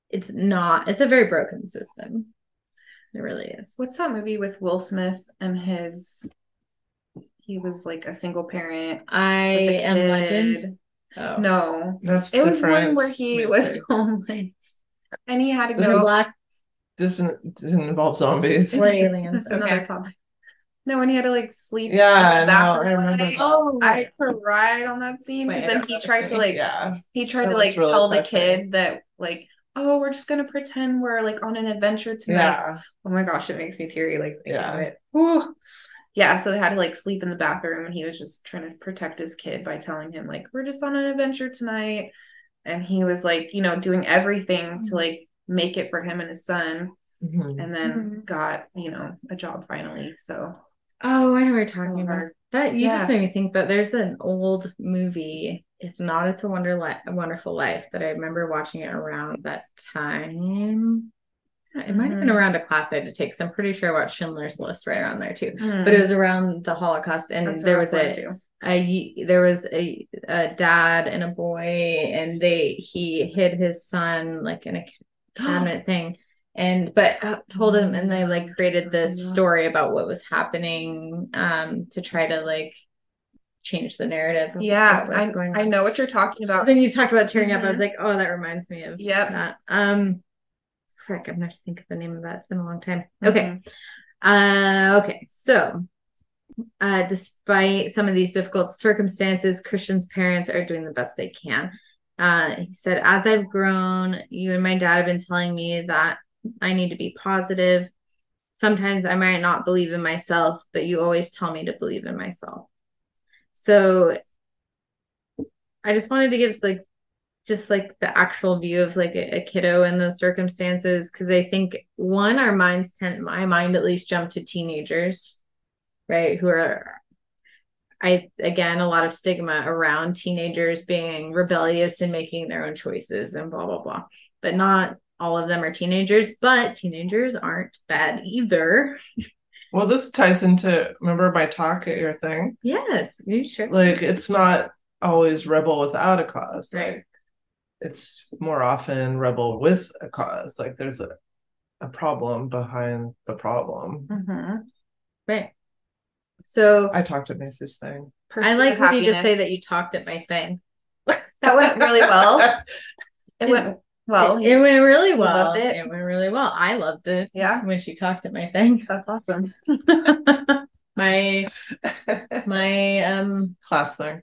A: it's not it's a very broken system it really is
C: What's that movie with Will Smith and his? He was like a single parent.
A: i
C: with a
A: am legend
C: kid.
A: oh
C: No,
B: That's
C: it was one
B: different.
C: where he
B: Wait,
C: was
B: sorry.
C: homeless, and he had to
A: Those are
C: go.
A: black
B: Doesn't, doesn't involve zombies.
A: or aliens
C: That's another
A: okay
C: topic. No, and he had to like sleep.
B: Yeah,
C: in
B: no,
C: the bathroom
B: I
C: all
B: remember.
C: night.
A: oh
C: I cried on that scene
A: Wait, I
C: because then
A: don't
C: he
A: know
C: tried
A: this
C: to
A: movie.
C: like
B: yeah,
C: he tried
B: That
C: to
B: was
C: like
B: really
C: tell the
B: touching.
C: kid that like oh we're just gonna pretend we're like on an adventure tonight.
B: yeah.
C: Oh my gosh, it makes me teary like thinking
B: Yeah.
C: of it. Whew. Yeah, so they had to like sleep in the bathroom and he was just trying to protect his kid by telling him like we're just on an adventure tonight and he was like, you know, doing everything
A: Mm-hmm.
C: to like make it for him and his son
B: Mhm.
C: and then
A: Mhm.
C: got, you know, a job finally. So
A: oh i know what you're
C: so
A: talking about
C: hard.
A: That you just
C: Yeah.
A: made me think that there's an old movie. It's not It's a Wonder Li- a Wonderful Life, but I remember watching it around that time. It might have been
C: Mhm.
A: around a class I had to take. So I'm pretty sure I watched Schindler's List right around there too.
C: Mm.
A: But it was around the Holocaust, and
C: That's what
A: there
C: I
A: was
C: going
A: a,
C: to.
A: a y- there was a, a dad and a boy, and they he hid his son like in a cabinet thing and but uh, told him and they like created this
C: Yeah.
A: story about what was happening um to try to like change the narrative of
C: yeah,
A: what was going
C: I, I
A: on.
C: know what you're talking about.
A: when you talked about tearing up i was
C: Mhm.
A: like oh that reminds me of
C: Yep.
A: that um frick i'm gonna have to think of the name of that it's been a long time okay uh, okay, so uh, despite some of these difficult circumstances, Christian's parents are doing the best they can. Uh, he said, As I've grown, you and my dad have been telling me that I need to be positive. Sometimes I might not believe in myself, but you always tell me to believe in myself. So I just wanted to give like just like the actual view of like a, a kiddo in those circumstances because I think one our minds tend my mind at least jump to teenagers right who are I again a lot of stigma around teenagers being rebellious and making their own choices and blah blah blah but not all of them are teenagers but teenagers aren't bad either
B: Well, this ties into remember my talk at your thing.
A: yes you sure
B: Like it's not always rebel without a cause.
A: Right.
B: Like it's more often rebel with a cause. Like there's a a problem behind the problem.
C: hmm
A: right so
B: I talked at Macy's thing.
A: I like when you just say that you talked at my thing
C: that went really well. It
A: It-
C: went well.
A: it, it went really
C: You
A: well.
C: loved it?
A: it went really well. I loved it.
C: yeah,
A: when she talked at my thing.
C: that's awesome.
A: My my um
B: Class thing.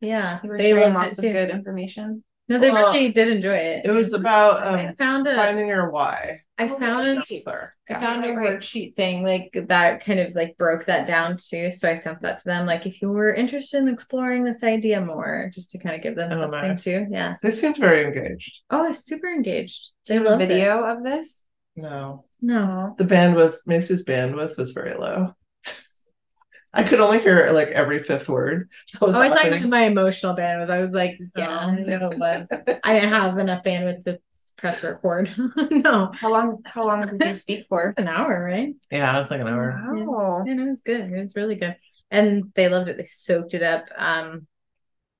A: yeah,
C: You were
A: they
C: sharing
A: loved it
C: lots of
A: too.
C: good information.
A: No, they
B: Well,
A: really did enjoy it.
B: It was about
A: I
B: um,
A: found a
B: finding your why.
A: I
C: Oh,
A: found
B: that's
A: a
B: clear.
A: I
B: Yeah.
A: found a
C: Right, right.
A: worksheet thing like that kind of like broke that down too. So I sent that to them. Like if you were interested in exploring this idea more, just to kind of give them
B: Oh,
A: something
B: nice.
A: too. Yeah.
B: They seemed very engaged.
A: Oh, I was super engaged.
C: Do
A: They
C: you have
A: loved
C: a
A: video. It.
C: video of this?
B: No.
A: No.
C: No.
B: The bandwidth, Macy's bandwidth was very low. I could only hear it like every fifth word. That was
A: Oh, I thought you meant
B: happening.
A: my emotional bandwidth. I was like, yeah,
C: Oh.
A: no, it was. I didn't have enough bandwidth to press record. no,
C: How long? How long did you speak for?
A: an hour, right?
B: yeah, it's like an hour.
C: Wow.
A: And it was good. It was really good. And they loved it. They soaked it up. Um,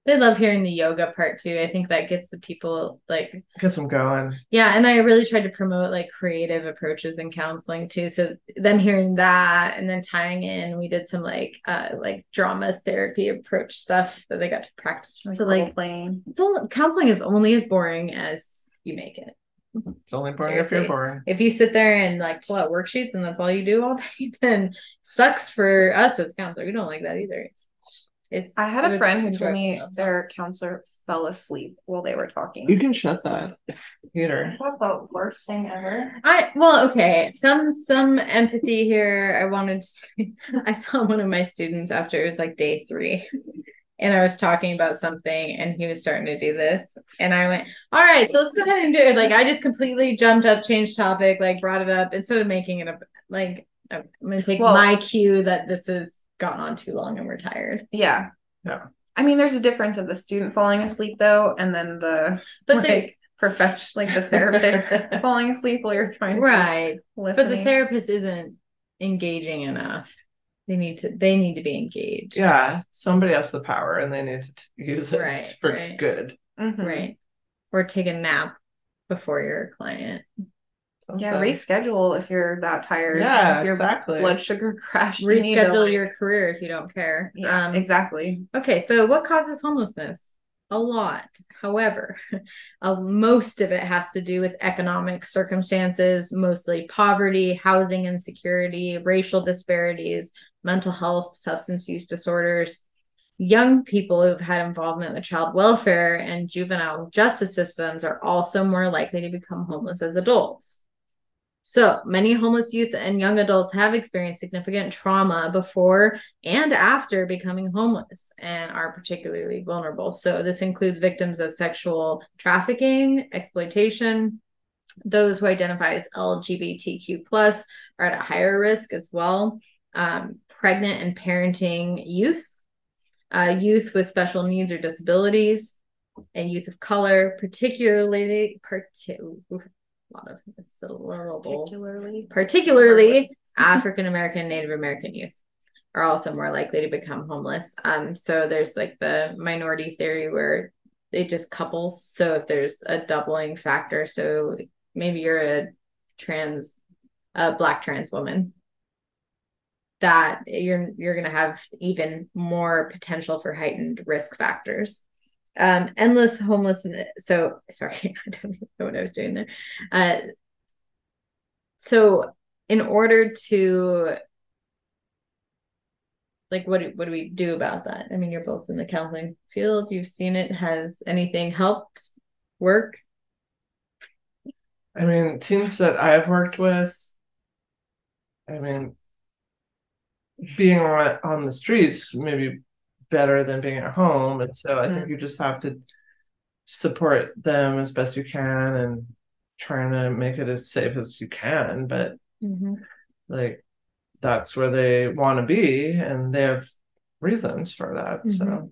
A: they love hearing the yoga part too. I think that gets the people like
B: Get some going.
A: Yeah, and I really tried to promote like creative approaches in counseling too. So them hearing that and then tying in, we did some like uh like drama therapy approach stuff that they got to practice just to like
C: playing.
A: it's all counseling is only as boring as you make it.
B: It's only boring if
A: Seriously.
B: you're boring.
A: If you sit there and like pull out worksheets and that's all you do all day, then sucks for us as counselors. We don't like that either. It's it's
C: I
A: it
C: had a
A: was
C: friend who told me
A: enjoyable.
C: their counselor fell asleep while they were talking.
B: You can shut that
C: Is
B: heater.
C: that the worst thing ever?
A: I well, okay. Some some empathy here. I wanted to say I saw one of my students after it was like day three. And I was talking about something and he was starting to do this. And I went, All right, so let's go ahead and do it. Like I just completely jumped up, changed topic, like brought it up instead of making it a like I'm gonna take
C: Well-
A: my cue that this has gone on too long and we're tired.
C: Yeah.
B: Yeah.
C: I mean, there's a difference of the student falling asleep though, and then the
A: But
C: like
A: the
C: profession, like the therapist falling asleep while you're trying to
A: right. But
C: listen.
A: the therapist isn't engaging enough. They need to they need to be engaged.
B: Yeah, somebody has the power and they need to t- use it
A: Right,
B: for
A: right.
B: good.
C: Mm-hmm.
A: right or take a nap before your client
C: Yeah,
B: Sometimes.
C: reschedule if you're that tired.
B: Yeah,
C: if your
B: exactly.
C: blood sugar crash. you need to,
A: reschedule
C: like-
A: your career if you don't care
C: Yeah,
A: um
C: exactly.
A: okay so what causes homelessness a lot however uh, most of it has to do with economic circumstances mostly poverty housing insecurity racial disparities mental health substance use disorders young people who've had involvement with child welfare and juvenile justice systems are also more likely to become homeless as adults So, many homeless youth and young adults have experienced significant trauma before and after becoming homeless and are particularly vulnerable. So, this includes victims of sexual trafficking, exploitation. Those who identify as LGBTQ plus are at a higher risk as well. Um, pregnant and parenting youth, uh, youth with special needs or disabilities, and youth of color, particularly parti- a lot of syllables
C: Particularly.
A: particularly African American and Native American youth are also more likely to become homeless. Um, so there's like the minority theory where they just couple. So if there's a doubling factor, so maybe you're a trans, a black trans woman, that you're you're gonna have even more potential for heightened risk factors. Um, endless homelessness. So sorry, I don't even know what I was doing there. Uh, so in order to like what do, what do we do about that i mean you're both in the counseling field you've seen it has anything helped work
B: I mean, teens that I've worked with, I mean, being on, on the streets maybe better than being at home. And so I
C: Mm-hmm.
B: think you just have to support them as best you can and trying to make it as safe as you can. But Mm-hmm, like, that's where they want to be, and they have reasons for that. So,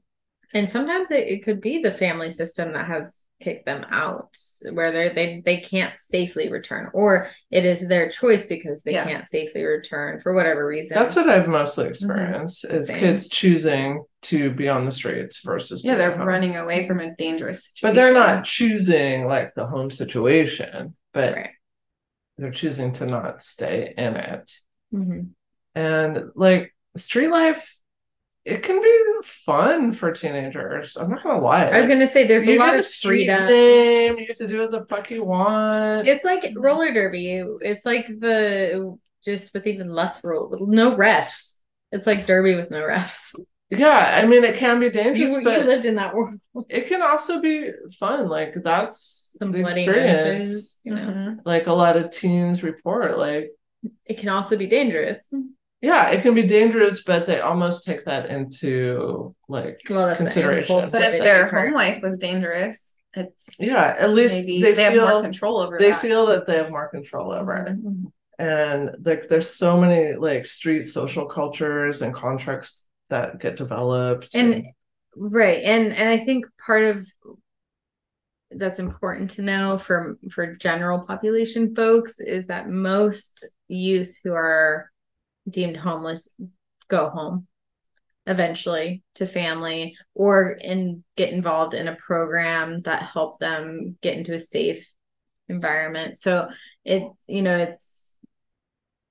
A: and sometimes it, it could be the family system that has kicked them out where they're, they they can't safely return or it is their choice because they
C: Yeah.
A: can't safely return for whatever
C: Mm-hmm.
A: reason
B: that's what I've mostly experienced is
A: Same.
B: kids choosing to be on the streets versus
C: Yeah,
B: being
C: they're
B: at home.
C: running away from a dangerous situation.
B: but they're not choosing like the home situation but
A: right
B: they're choosing to not stay in it Mm-hmm.
A: Mhm.
B: and like street life it can be fun for teenagers i'm not gonna lie
A: i was gonna say there's a
B: you
A: lot
B: get
A: of
B: street
A: freedom
B: name you get to do what the fuck you want
A: It's like roller derby. It's like the just with even less rule, with no refs. It's like derby with no refs.
B: yeah i mean it can be
A: You,
B: dangerous
A: you
B: but
A: lived in that world.
B: it can also be fun like that's
A: Some
B: the
A: bloody
B: experience
A: noses, you know.
C: Mhm.
B: like a lot of teens report like
A: It can also be dangerous.
B: yeah, it can be dangerous, but they almost take that into like
A: Well, that's the
B: consideration.
A: impulse.
C: But if
A: Civility
C: their
A: part.
C: home life was dangerous, it's
B: yeah, at least
C: maybe
B: they,
C: they, have more
B: feel
C: control over
B: they
C: that.
A: Mm-hmm.
B: feel that they have more control over it, and like there's so many like street social cultures and contracts that get developed
A: and right and and i think part of that's important to know for for general population folks is that most youth who are deemed homeless go home eventually to family or in get involved in a program that help them get into a safe environment so it you know it's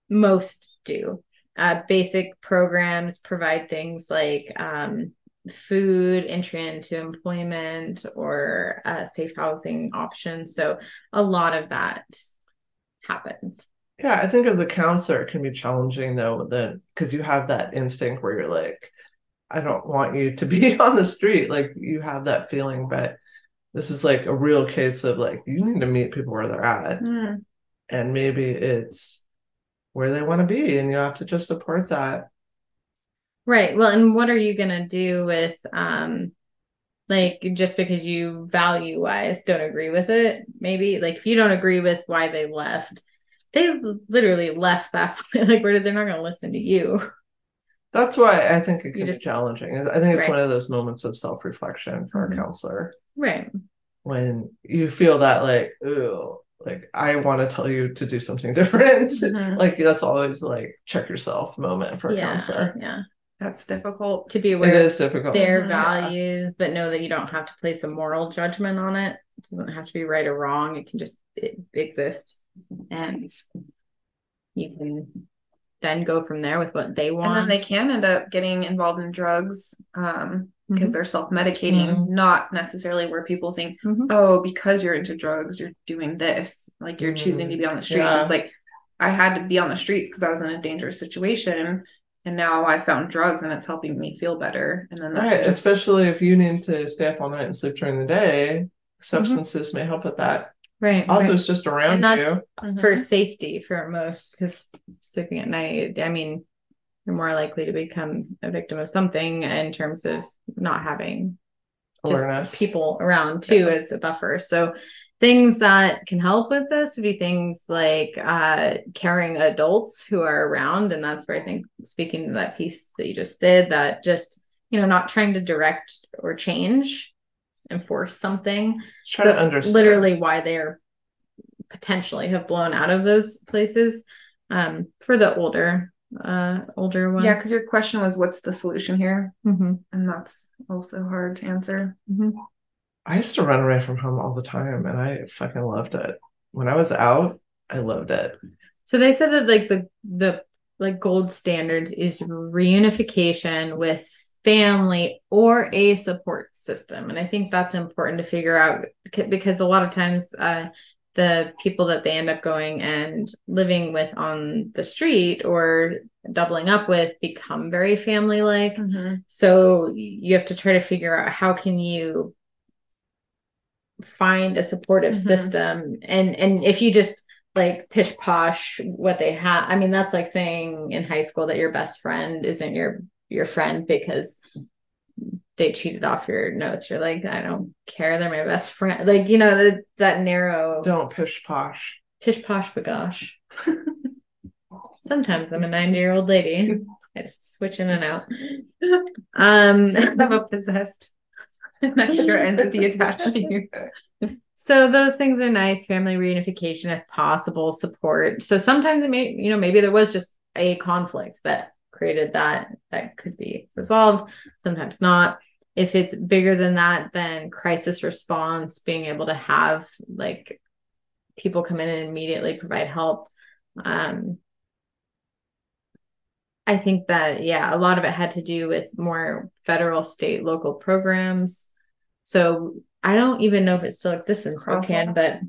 A: most do uh, basic programs provide things like um, food entry into employment or uh, safe housing options so a lot of that happens
B: yeah i think as a counselor it can be challenging though that because you have that instinct where you're like i don't want you to be on the street like you have that feeling but this is like a real case of like you need to meet people where they're at
C: Mm.
B: and maybe it's where they want to be and you have to just support that
A: Right. Well, and what are you going to do with um like just because you value wise don't agree with it? Maybe like if you don't agree with why they left, they literally left that place. like where they're not going to listen to you.
B: that's why i think it
A: You
B: can
A: just-
B: be challenging i think it's
A: Right.
B: one of those moments of self-reflection for
A: Mhm.
B: a counselor
A: Right.
B: when you feel that like ooh like i want to tell you to do something different
C: Mhm.
B: like that's always like check yourself moment for a
A: Mm-hmm. yeah.
B: counselor
A: Yeah.
C: That's difficult.
A: To be
B: it
A: aware of
B: is difficult
A: their
C: Yeah.
A: values, but know that you don't have to place a moral judgment on it. It doesn't have to be right or wrong. It can just e- exist and you can then go from there with what they want.
C: And then they can end up getting involved in drugs um, because
A: Mm-hmm.
C: they're self-medicating,
B: Mhm.
C: not necessarily where people think,
A: Mhm.
C: oh, because you're into drugs, you're doing this. Like you're choosing to be on the streets.
B: Mm-hmm. Yeah.
C: It's like I had to be on the streets because I was in a dangerous situation. And now I found drugs and it's helping me feel better. And then that
B: right
C: just-
B: especially if you need to stay up all night and sleep during the day substances may help with
A: Mm-hmm.
B: that
A: Right.
B: also
A: right.
B: it's just
A: and
B: around
A: that's
B: you
C: Mhm.
A: for safety for most because sleeping at night, I mean, you're more likely to become a victim of something in terms of not having just
B: awareness
A: people around too as a buffer. So things that can help with this would be things like uh caring adults who are around. And that's where I think speaking to that piece that you just did, that just, you know, not trying to direct or change and force something.
B: try to
A: That's
B: understand
A: literally why they're potentially have blown out of those places um for the older uh older ones
C: yeah, because your question was, what's the solution here?
A: Mhm,
C: And that's also hard to answer.
A: mhm.
B: I used to run away from home all the time and I fucking loved it. When I was out, I loved it.
A: so they said that like the the like gold standard is reunification with family or a support system and i think that's important to figure out c- because a lot of times uh the people that they end up going and living with on the street or doubling up with become very family like so you have to try to figure out how can you find a supportive
C: Mhm.
A: system and and if you just like pish posh what they have i mean that's like saying in high school that your best friend isn't your your friend because they cheated off your notes you're like i don't care they're my best friend like you know that that narrow
B: Don't pish posh.
A: pish posh bagosh sometimes i'm a 90 year old lady i just switch in and out um
C: I'm a possessed an extra entity attached to you.
A: So those things are nice, family reunification if possible, support. So sometimes it may, you know, maybe there was just a conflict that created that that could be resolved, sometimes not. If it's bigger than that, then crisis response, being able to have like people come in and immediately provide help. Um, I think that, yeah, a lot of it had to do with more federal, state, local programs. So I don't even know if it still exists in Spokane,
C: Crosswalk.
A: but it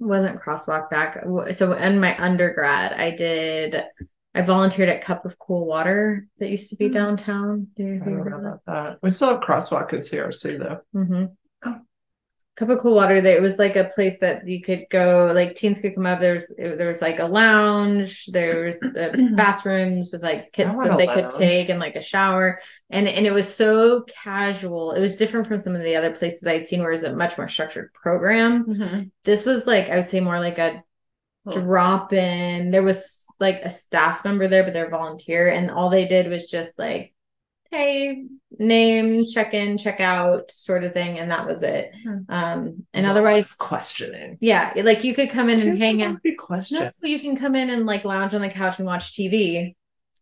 A: wasn't crosswalk back. So in my undergrad, I did, I volunteered at Cup of Cool Water that used to be
C: Hmm.
A: downtown. Do you
B: I don't
A: remember
B: know
A: that?
B: about that. We still have crosswalk in CRC though.
A: Mm-hmm.
C: Oh.
A: Cup of cool water. There it was like a place that you could go. Like teens could come up. There's there was like a lounge. There's uh, bathrooms with like
B: I
A: kids
B: want
A: that
B: a
A: they could
B: lounge.
A: take and like a shower. And and it was so casual. It was different from some of the other Mm-hmm. places I'd seen, where it was a much more structured program. This was like I would say more like a
C: Oh.
A: drop in. There was like a staff member there, but they're volunteer, and all they did was just like, hey, name, check in, check out, sort of thing, and that was it.
C: Hmm.
A: Um, and otherwise,
B: questioning.
A: yeah, like you could come in and hang out.
B: Be question.
A: No, you can come in and like lounge on the couch and watch TV,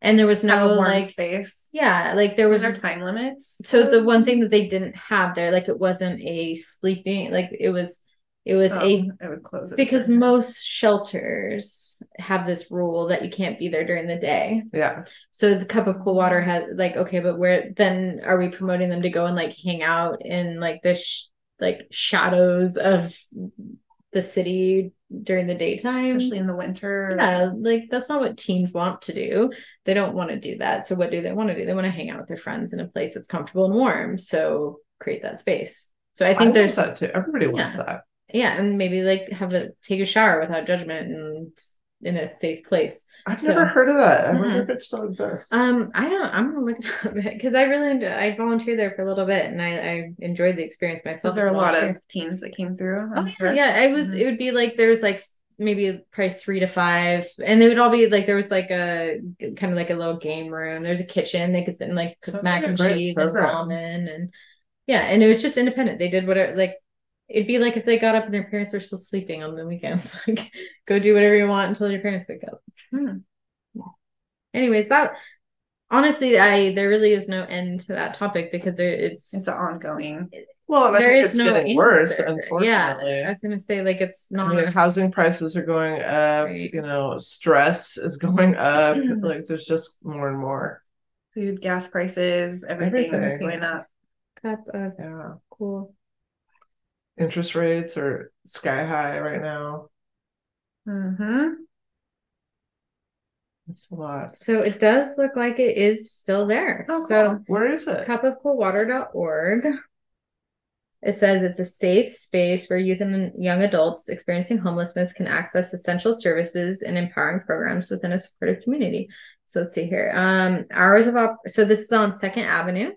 A: and there was no
C: Have a warm
A: like,
C: space.
A: yeah, like there
C: Was
A: was
C: there time limits?
A: so the one thing that they didn't have there like it wasn't a sleeping like it was it was
C: Oh,
A: a
C: I would close it
A: because
C: certain-
A: most shelters have this rule that you can't be there during the day
B: Yeah.
A: so the cup of cool water has like okay but where then are we promoting them to go and like hang out in like the sh- like shadows of the city during the daytime
C: especially in the winter.
A: yeah, like that's not what teens want to do. They don't want to do that. So what do they want to do? They want to hang out with their friends in a place that's comfortable and warm. So create that space. So I
B: I
A: think there's
B: that too. Everybody wants that.
A: yeah, and maybe like have a take a shower without judgment and in a safe place.
B: I've
A: So- mm-hmm.
B: never heard of that. I wonder if it still exists.
A: Um, I don't. I'm gonna look it up because I really I volunteered there for a little bit and I I enjoyed the experience
C: So
A: myself.
C: there are a lot
A: Volunteer.
C: of teens that came through.
A: Oh
C: I'm
A: yeah,
C: sure.
A: yeah. It
B: Mm-hmm.
A: was. It would be like there's like maybe probably three to five, and they would all be like there was like a kind of like a little game room. There's a kitchen. They could sit and like cook
B: Sounds
A: mac
B: like a
A: and
B: great
A: cheese and
B: program.
A: ramen and yeah, and it was just independent. They did whatever like. It'd be like if they got up and their parents were still sleeping on the weekends. Like, go do whatever you want until your parents wake up.
C: Hmm.
A: Anyways, that honestly, I there really is no end to that topic because there it's
C: It's an ongoing.
B: well, and I
A: there
B: think
A: is
B: it's
A: no
B: getting worse,
A: answer. Yeah.
B: unfortunately.
A: I was gonna say like it's
B: I
A: not
B: mean, housing prices are going up,
A: Right.
B: you know, stress is going up.
C: Mhm.
B: Like there's just more and more.
C: Food, gas prices, everything that's
B: Everything.
C: going up.
A: cup of
B: Yeah.
A: cool.
B: Interest rates are sky high right now.
C: hmm
B: It's a lot.
A: So it does look like it is still there.
C: Oh,
A: so
B: Where is it?
A: cupofcoolwater.org. It says it's a safe space where youth and young adults experiencing homelessness can access essential services and empowering programs within a supportive community. So let's see here. Um, hours of op- so this is on Second Avenue,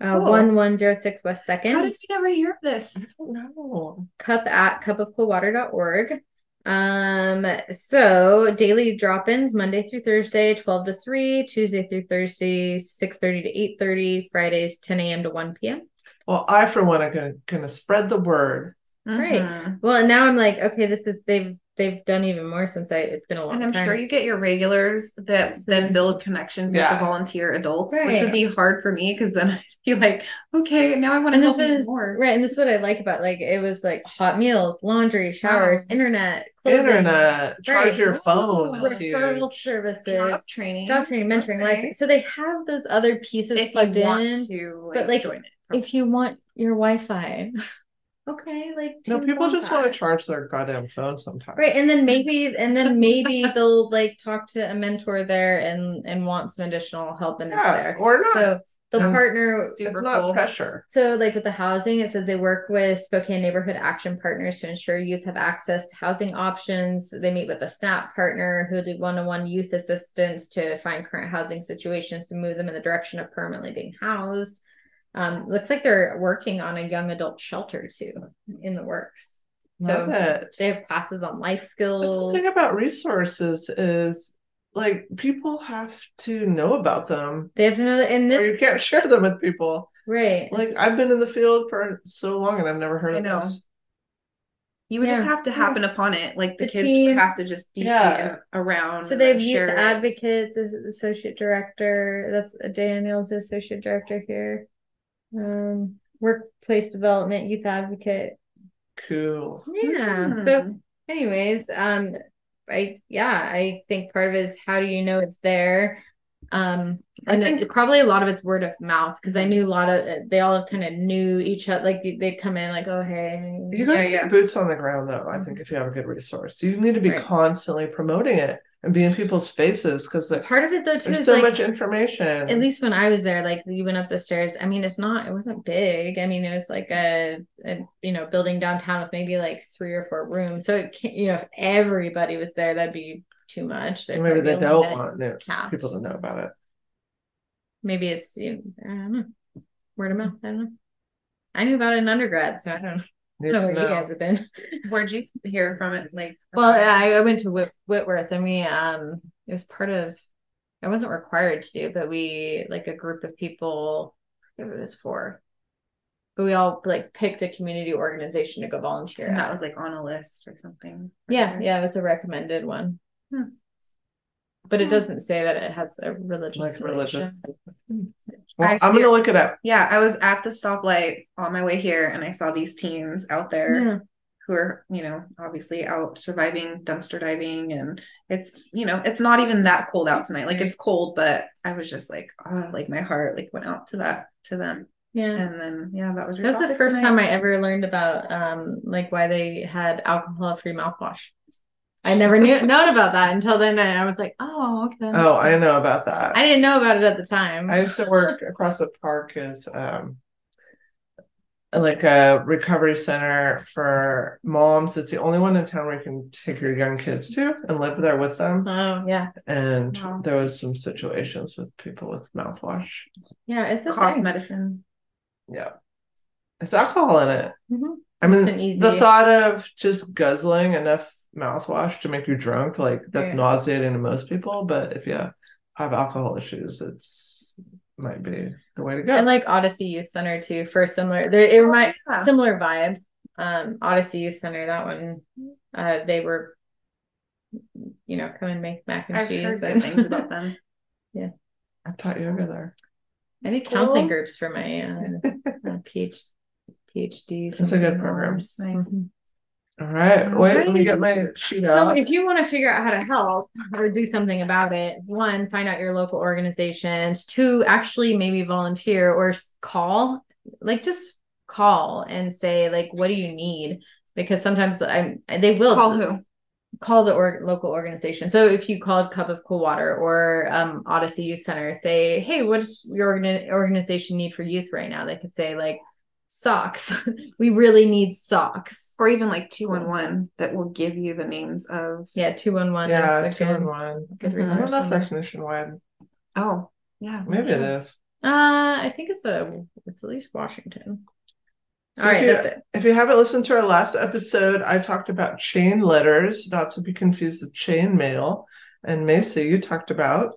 A: uh,
C: Cool.
A: one one zero six West
C: How
A: Second.
C: did we never hear of this?
B: I don't know.
A: cup at cupofcoolwater.org. Um, so daily drop-ins Monday through Thursday, 12 to 3, Tuesday through Thursday, 6 30 to 8 30, Fridays, 10 a.m. to 1 p.m.
B: Well, I for one are gonna gonna spread the word.
A: Right.
C: Mhm.
A: Well, and now I'm like, okay, this is they've they've done even more since I it's been a long
C: And I'm
A: time.
C: sure you get your regulars that then build connections with
B: Yeah.
C: the volunteer adults, which
A: Right.
C: would be hard for me because then I'd be like, okay, now I want to
A: and
C: help
A: this
C: you
A: is
C: more.
A: right, and this is what I like about like it was like hot meals, laundry, showers,
C: Wow.
A: internet, clothing,
B: Internet, charge
A: Oh, Right.
B: your phone. is
A: referral
B: huge.
A: services,
C: Job
A: job,
C: training,
A: training, mentoring,
C: Okay.
A: life. So they have those other pieces
C: If
A: plugged
C: you
A: in.
C: want to, like,
A: but, like,
C: join it.
A: if you want your Wi-Fi. Okay, like
B: No,
A: teens
B: people
A: want
B: just want
A: that.
B: to charge their goddamn phone sometimes.
A: Right, and then maybe, and then maybe they'll like talk to a mentor there and and want some additional help and
B: yeah,
A: there.
B: or not.
A: So they'll
B: Sounds
A: partner.
B: it's not pressure.
A: So, like with the housing, it says they work with Spokane Neighborhood Action Partners to ensure youth have access to housing options. They meet with a SNAP partner who do one on one youth assistance to find current housing situations to move them in the direction of permanently being housed. Um, looks like they're working on a young adult shelter too in the works. So
B: Love it.
A: they have classes on life
B: That's the
A: skills.
B: thing about resources is like people have to know about them
A: They have another, and
B: or
A: this,
B: you can't share them with people.
A: right.
B: Like I've been in the field for so long and I've never heard
C: I
B: of
C: know.
B: this.
C: You would just
A: Yeah.
C: have to happen upon it. Like the,
A: The
C: kids
A: team.
C: have to just be
B: Yeah.
C: around.
A: So they have youth
C: share it.
A: advocates, as- associate director. That's uh, Daniel's associate director here. Um, workplace development, youth advocate.
B: Cool.
A: Yeah.
C: Mhm.
A: So, anyways, um, I yeah, I think part of it is how do you know it's there? Um,
B: I
A: and
B: think-
A: it- probably a lot of it's word of mouth because I knew a lot of they all kind of knew each other. Like they would come in like, oh hey,
B: You got to
C: Yeah,
B: get
C: yeah.
B: boots on the ground though. I think if you have a good resource, you need to be
A: Right.
B: constantly promoting it and be in people's faces because
A: part of it though too
B: there's
A: is
B: so
A: like
B: much information.
A: at least when I was there, like you went up the stairs. I mean, it's not, it wasn't big. I mean, it was like a, a you know, building downtown with maybe like three or four rooms. So it can't, you know, if everybody was there, that'd be too much. There'd
B: maybe
A: probably
B: they
A: only
B: don't
A: be
B: want new-
A: capped.
B: people to know about it.
A: Maybe it's, you know, I don't know, word of mouth. I don't know. I knew about it in undergrad, so I don't know.
B: Need
A: know
B: to
A: where you
B: know.
A: guys have been.
C: Where'd you hear from it? Like,
A: Well, uh, I, I went to Whit- Whitworth and we um it was part of I wasn't required to do, but we like a group of people I forget what it was for. But we all like picked a community organization to go volunteer
C: and that
A: at.
C: was like on a list or something.
A: yeah, yeah, it was a recommended one.
C: Hmm.
A: But it
C: Hmm.
A: doesn't say that it has a religious
B: Like religious.
A: relation.
B: Well,
C: I
B: I'm
C: see-
B: gonna look it up.
C: Yeah, I was at the stoplight on my way here and I saw these teens out there
A: Yeah.
C: who are, you know, obviously out surviving dumpster diving and it's, you know, it's not even that cold out tonight. Like it's cold, but I was just like, oh, like my heart like went out to that to them.
A: Yeah.
C: And then yeah, that was your
A: Hmm. That was the
C: topic
A: first
C: tonight.
A: time I ever learned about um like why they had alcohol free mouthwash. I never knew known about that until then and I was like, oh okay. that
B: Oh,
A: makes
B: I
A: sense.
B: know about that.
A: I didn't know about it at the time.
B: I used to work across the park as um like a recovery center for moms. It's the only one in town where you can take your young kids to and live there with them.
A: oh yeah,
B: And
C: Wow.
B: there was some situations with people with mouthwash.
A: yeah. It's a
C: cough
A: thing.
C: medicine.
B: Yeah. It's alcohol in it.
A: Mhm.
B: I mean,
A: It's an easy-
B: the thought of just guzzling enough mouthwash to make you drunk, like that's
A: Yeah.
B: nauseating to most people. But if you have alcohol issues, it's might be the way to go.
A: And like Odyssey Youth Center too for a similar. There, it remind
C: Yeah.
A: similar vibe. Um, Odyssey Youth Center that one, uh, they were, you know, come and make mac and
C: I've
A: cheese
C: heard good
A: and
C: things about them.
B: I taught yoga there.
A: I did counseling
C: Cool.
A: groups for my um, uh, PhD. PhDs.
B: That's a
A: and-
B: good program.
C: Nice.
A: Mhm.
B: All right.
C: All
B: Wait, let me
C: right.
B: get my sheet
A: So,
B: out.
A: if you want to figure out how to help or do something about it, one, find out your local organizations. Two, actually maybe volunteer or s- call, like just call and say like, what do you need? Because sometimes the, I'm they will
C: Call who?
A: call the org- local organization. So if you called Cup of Cool Water or um, Odyssey Youth Center, say, hey, what does your organ- organization need for youth right now? They could say like socks. we really need socks.
C: Or even like 211 that will give you the names of.
A: Yeah, two one one
B: yeah,
A: is a Mm-hmm.
B: two
A: good
B: and one.
A: good
B: I
C: Mhm.
B: don't
A: resource.
B: know if
A: number.
B: that's nationwide.
C: Oh, yeah.
B: Maybe
C: sure.
B: it is.
A: Uh, I think it's a it's at least Washington.
B: So
A: All
B: if
A: right,
B: you-
A: that's it.
B: If you haven't listened to our last episode, I talked about chain letters, not to be confused with chain mail. And Macy, you talked about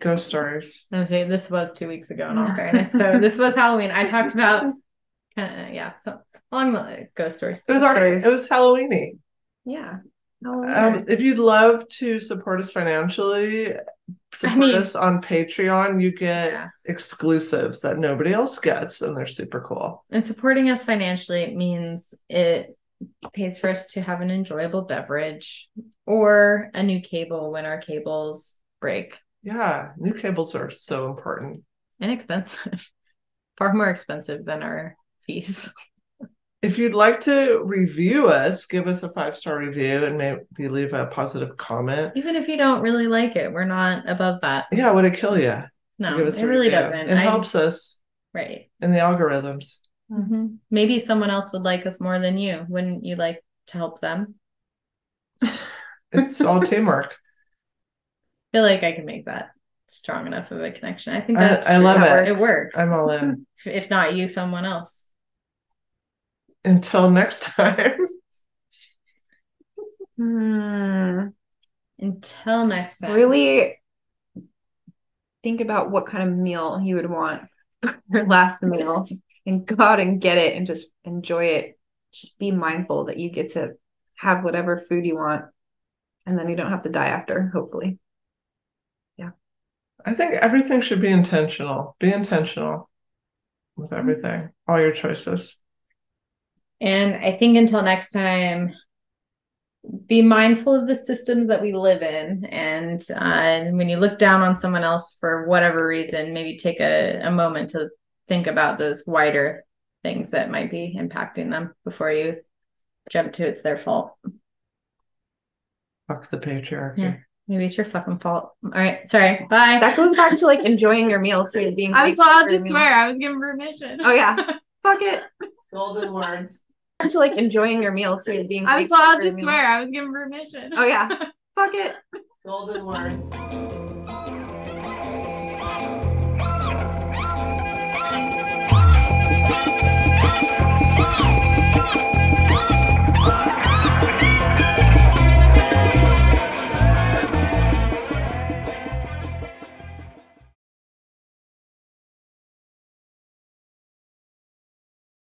B: ghost stories.
A: I was saying this was two weeks ago. In all fairness, so this was Halloween. I talked about uh, yeah, so along the ghost stories.
B: It was our, it was Halloweeny.
C: Yeah. Oh,
B: Um, if you'd love to support us financially, support
A: mean-
B: us on Patreon. You get
A: Yeah.
B: exclusives that nobody else gets, and they're super cool.
A: And supporting us financially means it pays for us to have an enjoyable beverage or a new cable when our cables break.
B: Yeah, new cables are so important.
A: Inexpensive, far more expensive than our fees.
B: If you'd like to review us, give us a five star review and maybe leave a positive comment.
A: Even if you don't really like it, we're not above that.
B: Yeah, would it kill you?
A: No,
B: give us
A: it
B: a
A: really
B: review.
A: doesn't.
B: It
A: I-
B: helps us
A: Right.
B: in the algorithms.
A: Mm-hmm. Maybe someone else would like us more than you. Wouldn't you like to help them?
B: It's all teamwork.
A: I feel like I can make that strong enough of a connection. I think
B: I,
A: that's
B: I love
A: how
B: it.
A: It works.
B: I'm all in.
A: if not you, someone else.
B: Until next time.
A: Until next time.
C: Hmm. Really think about what kind of meal you would want for your last meal and go out and get it and just enjoy it. Just be mindful that you get to have whatever food you want and then you don't have to die after, hopefully.
B: I think everything should be intentional. Be intentional with everything, all your choices.
A: And I think until next time, be mindful of the systems that we live in. And uh, when you look down on someone else for whatever reason, maybe take a, a moment to think about those wider things that might be impacting them before you jump to it's their fault.
B: Fuck the patriarchy.
A: Yeah. Maybe it's your fucking fault. All right. Sorry. Bye.
C: That goes back to like enjoying your meal too. Being
A: I was
C: grateful
A: allowed
C: for
A: to
C: your meal.
A: swear. I was given permission.
C: Oh yeah. Fuck it.
B: Golden words.
C: Back to like enjoying your meal too. Being
A: I was
C: grateful
A: allowed
C: for
A: to
C: your meal.
A: swear. I was given permission.
C: Oh yeah. Fuck it.
B: Golden words.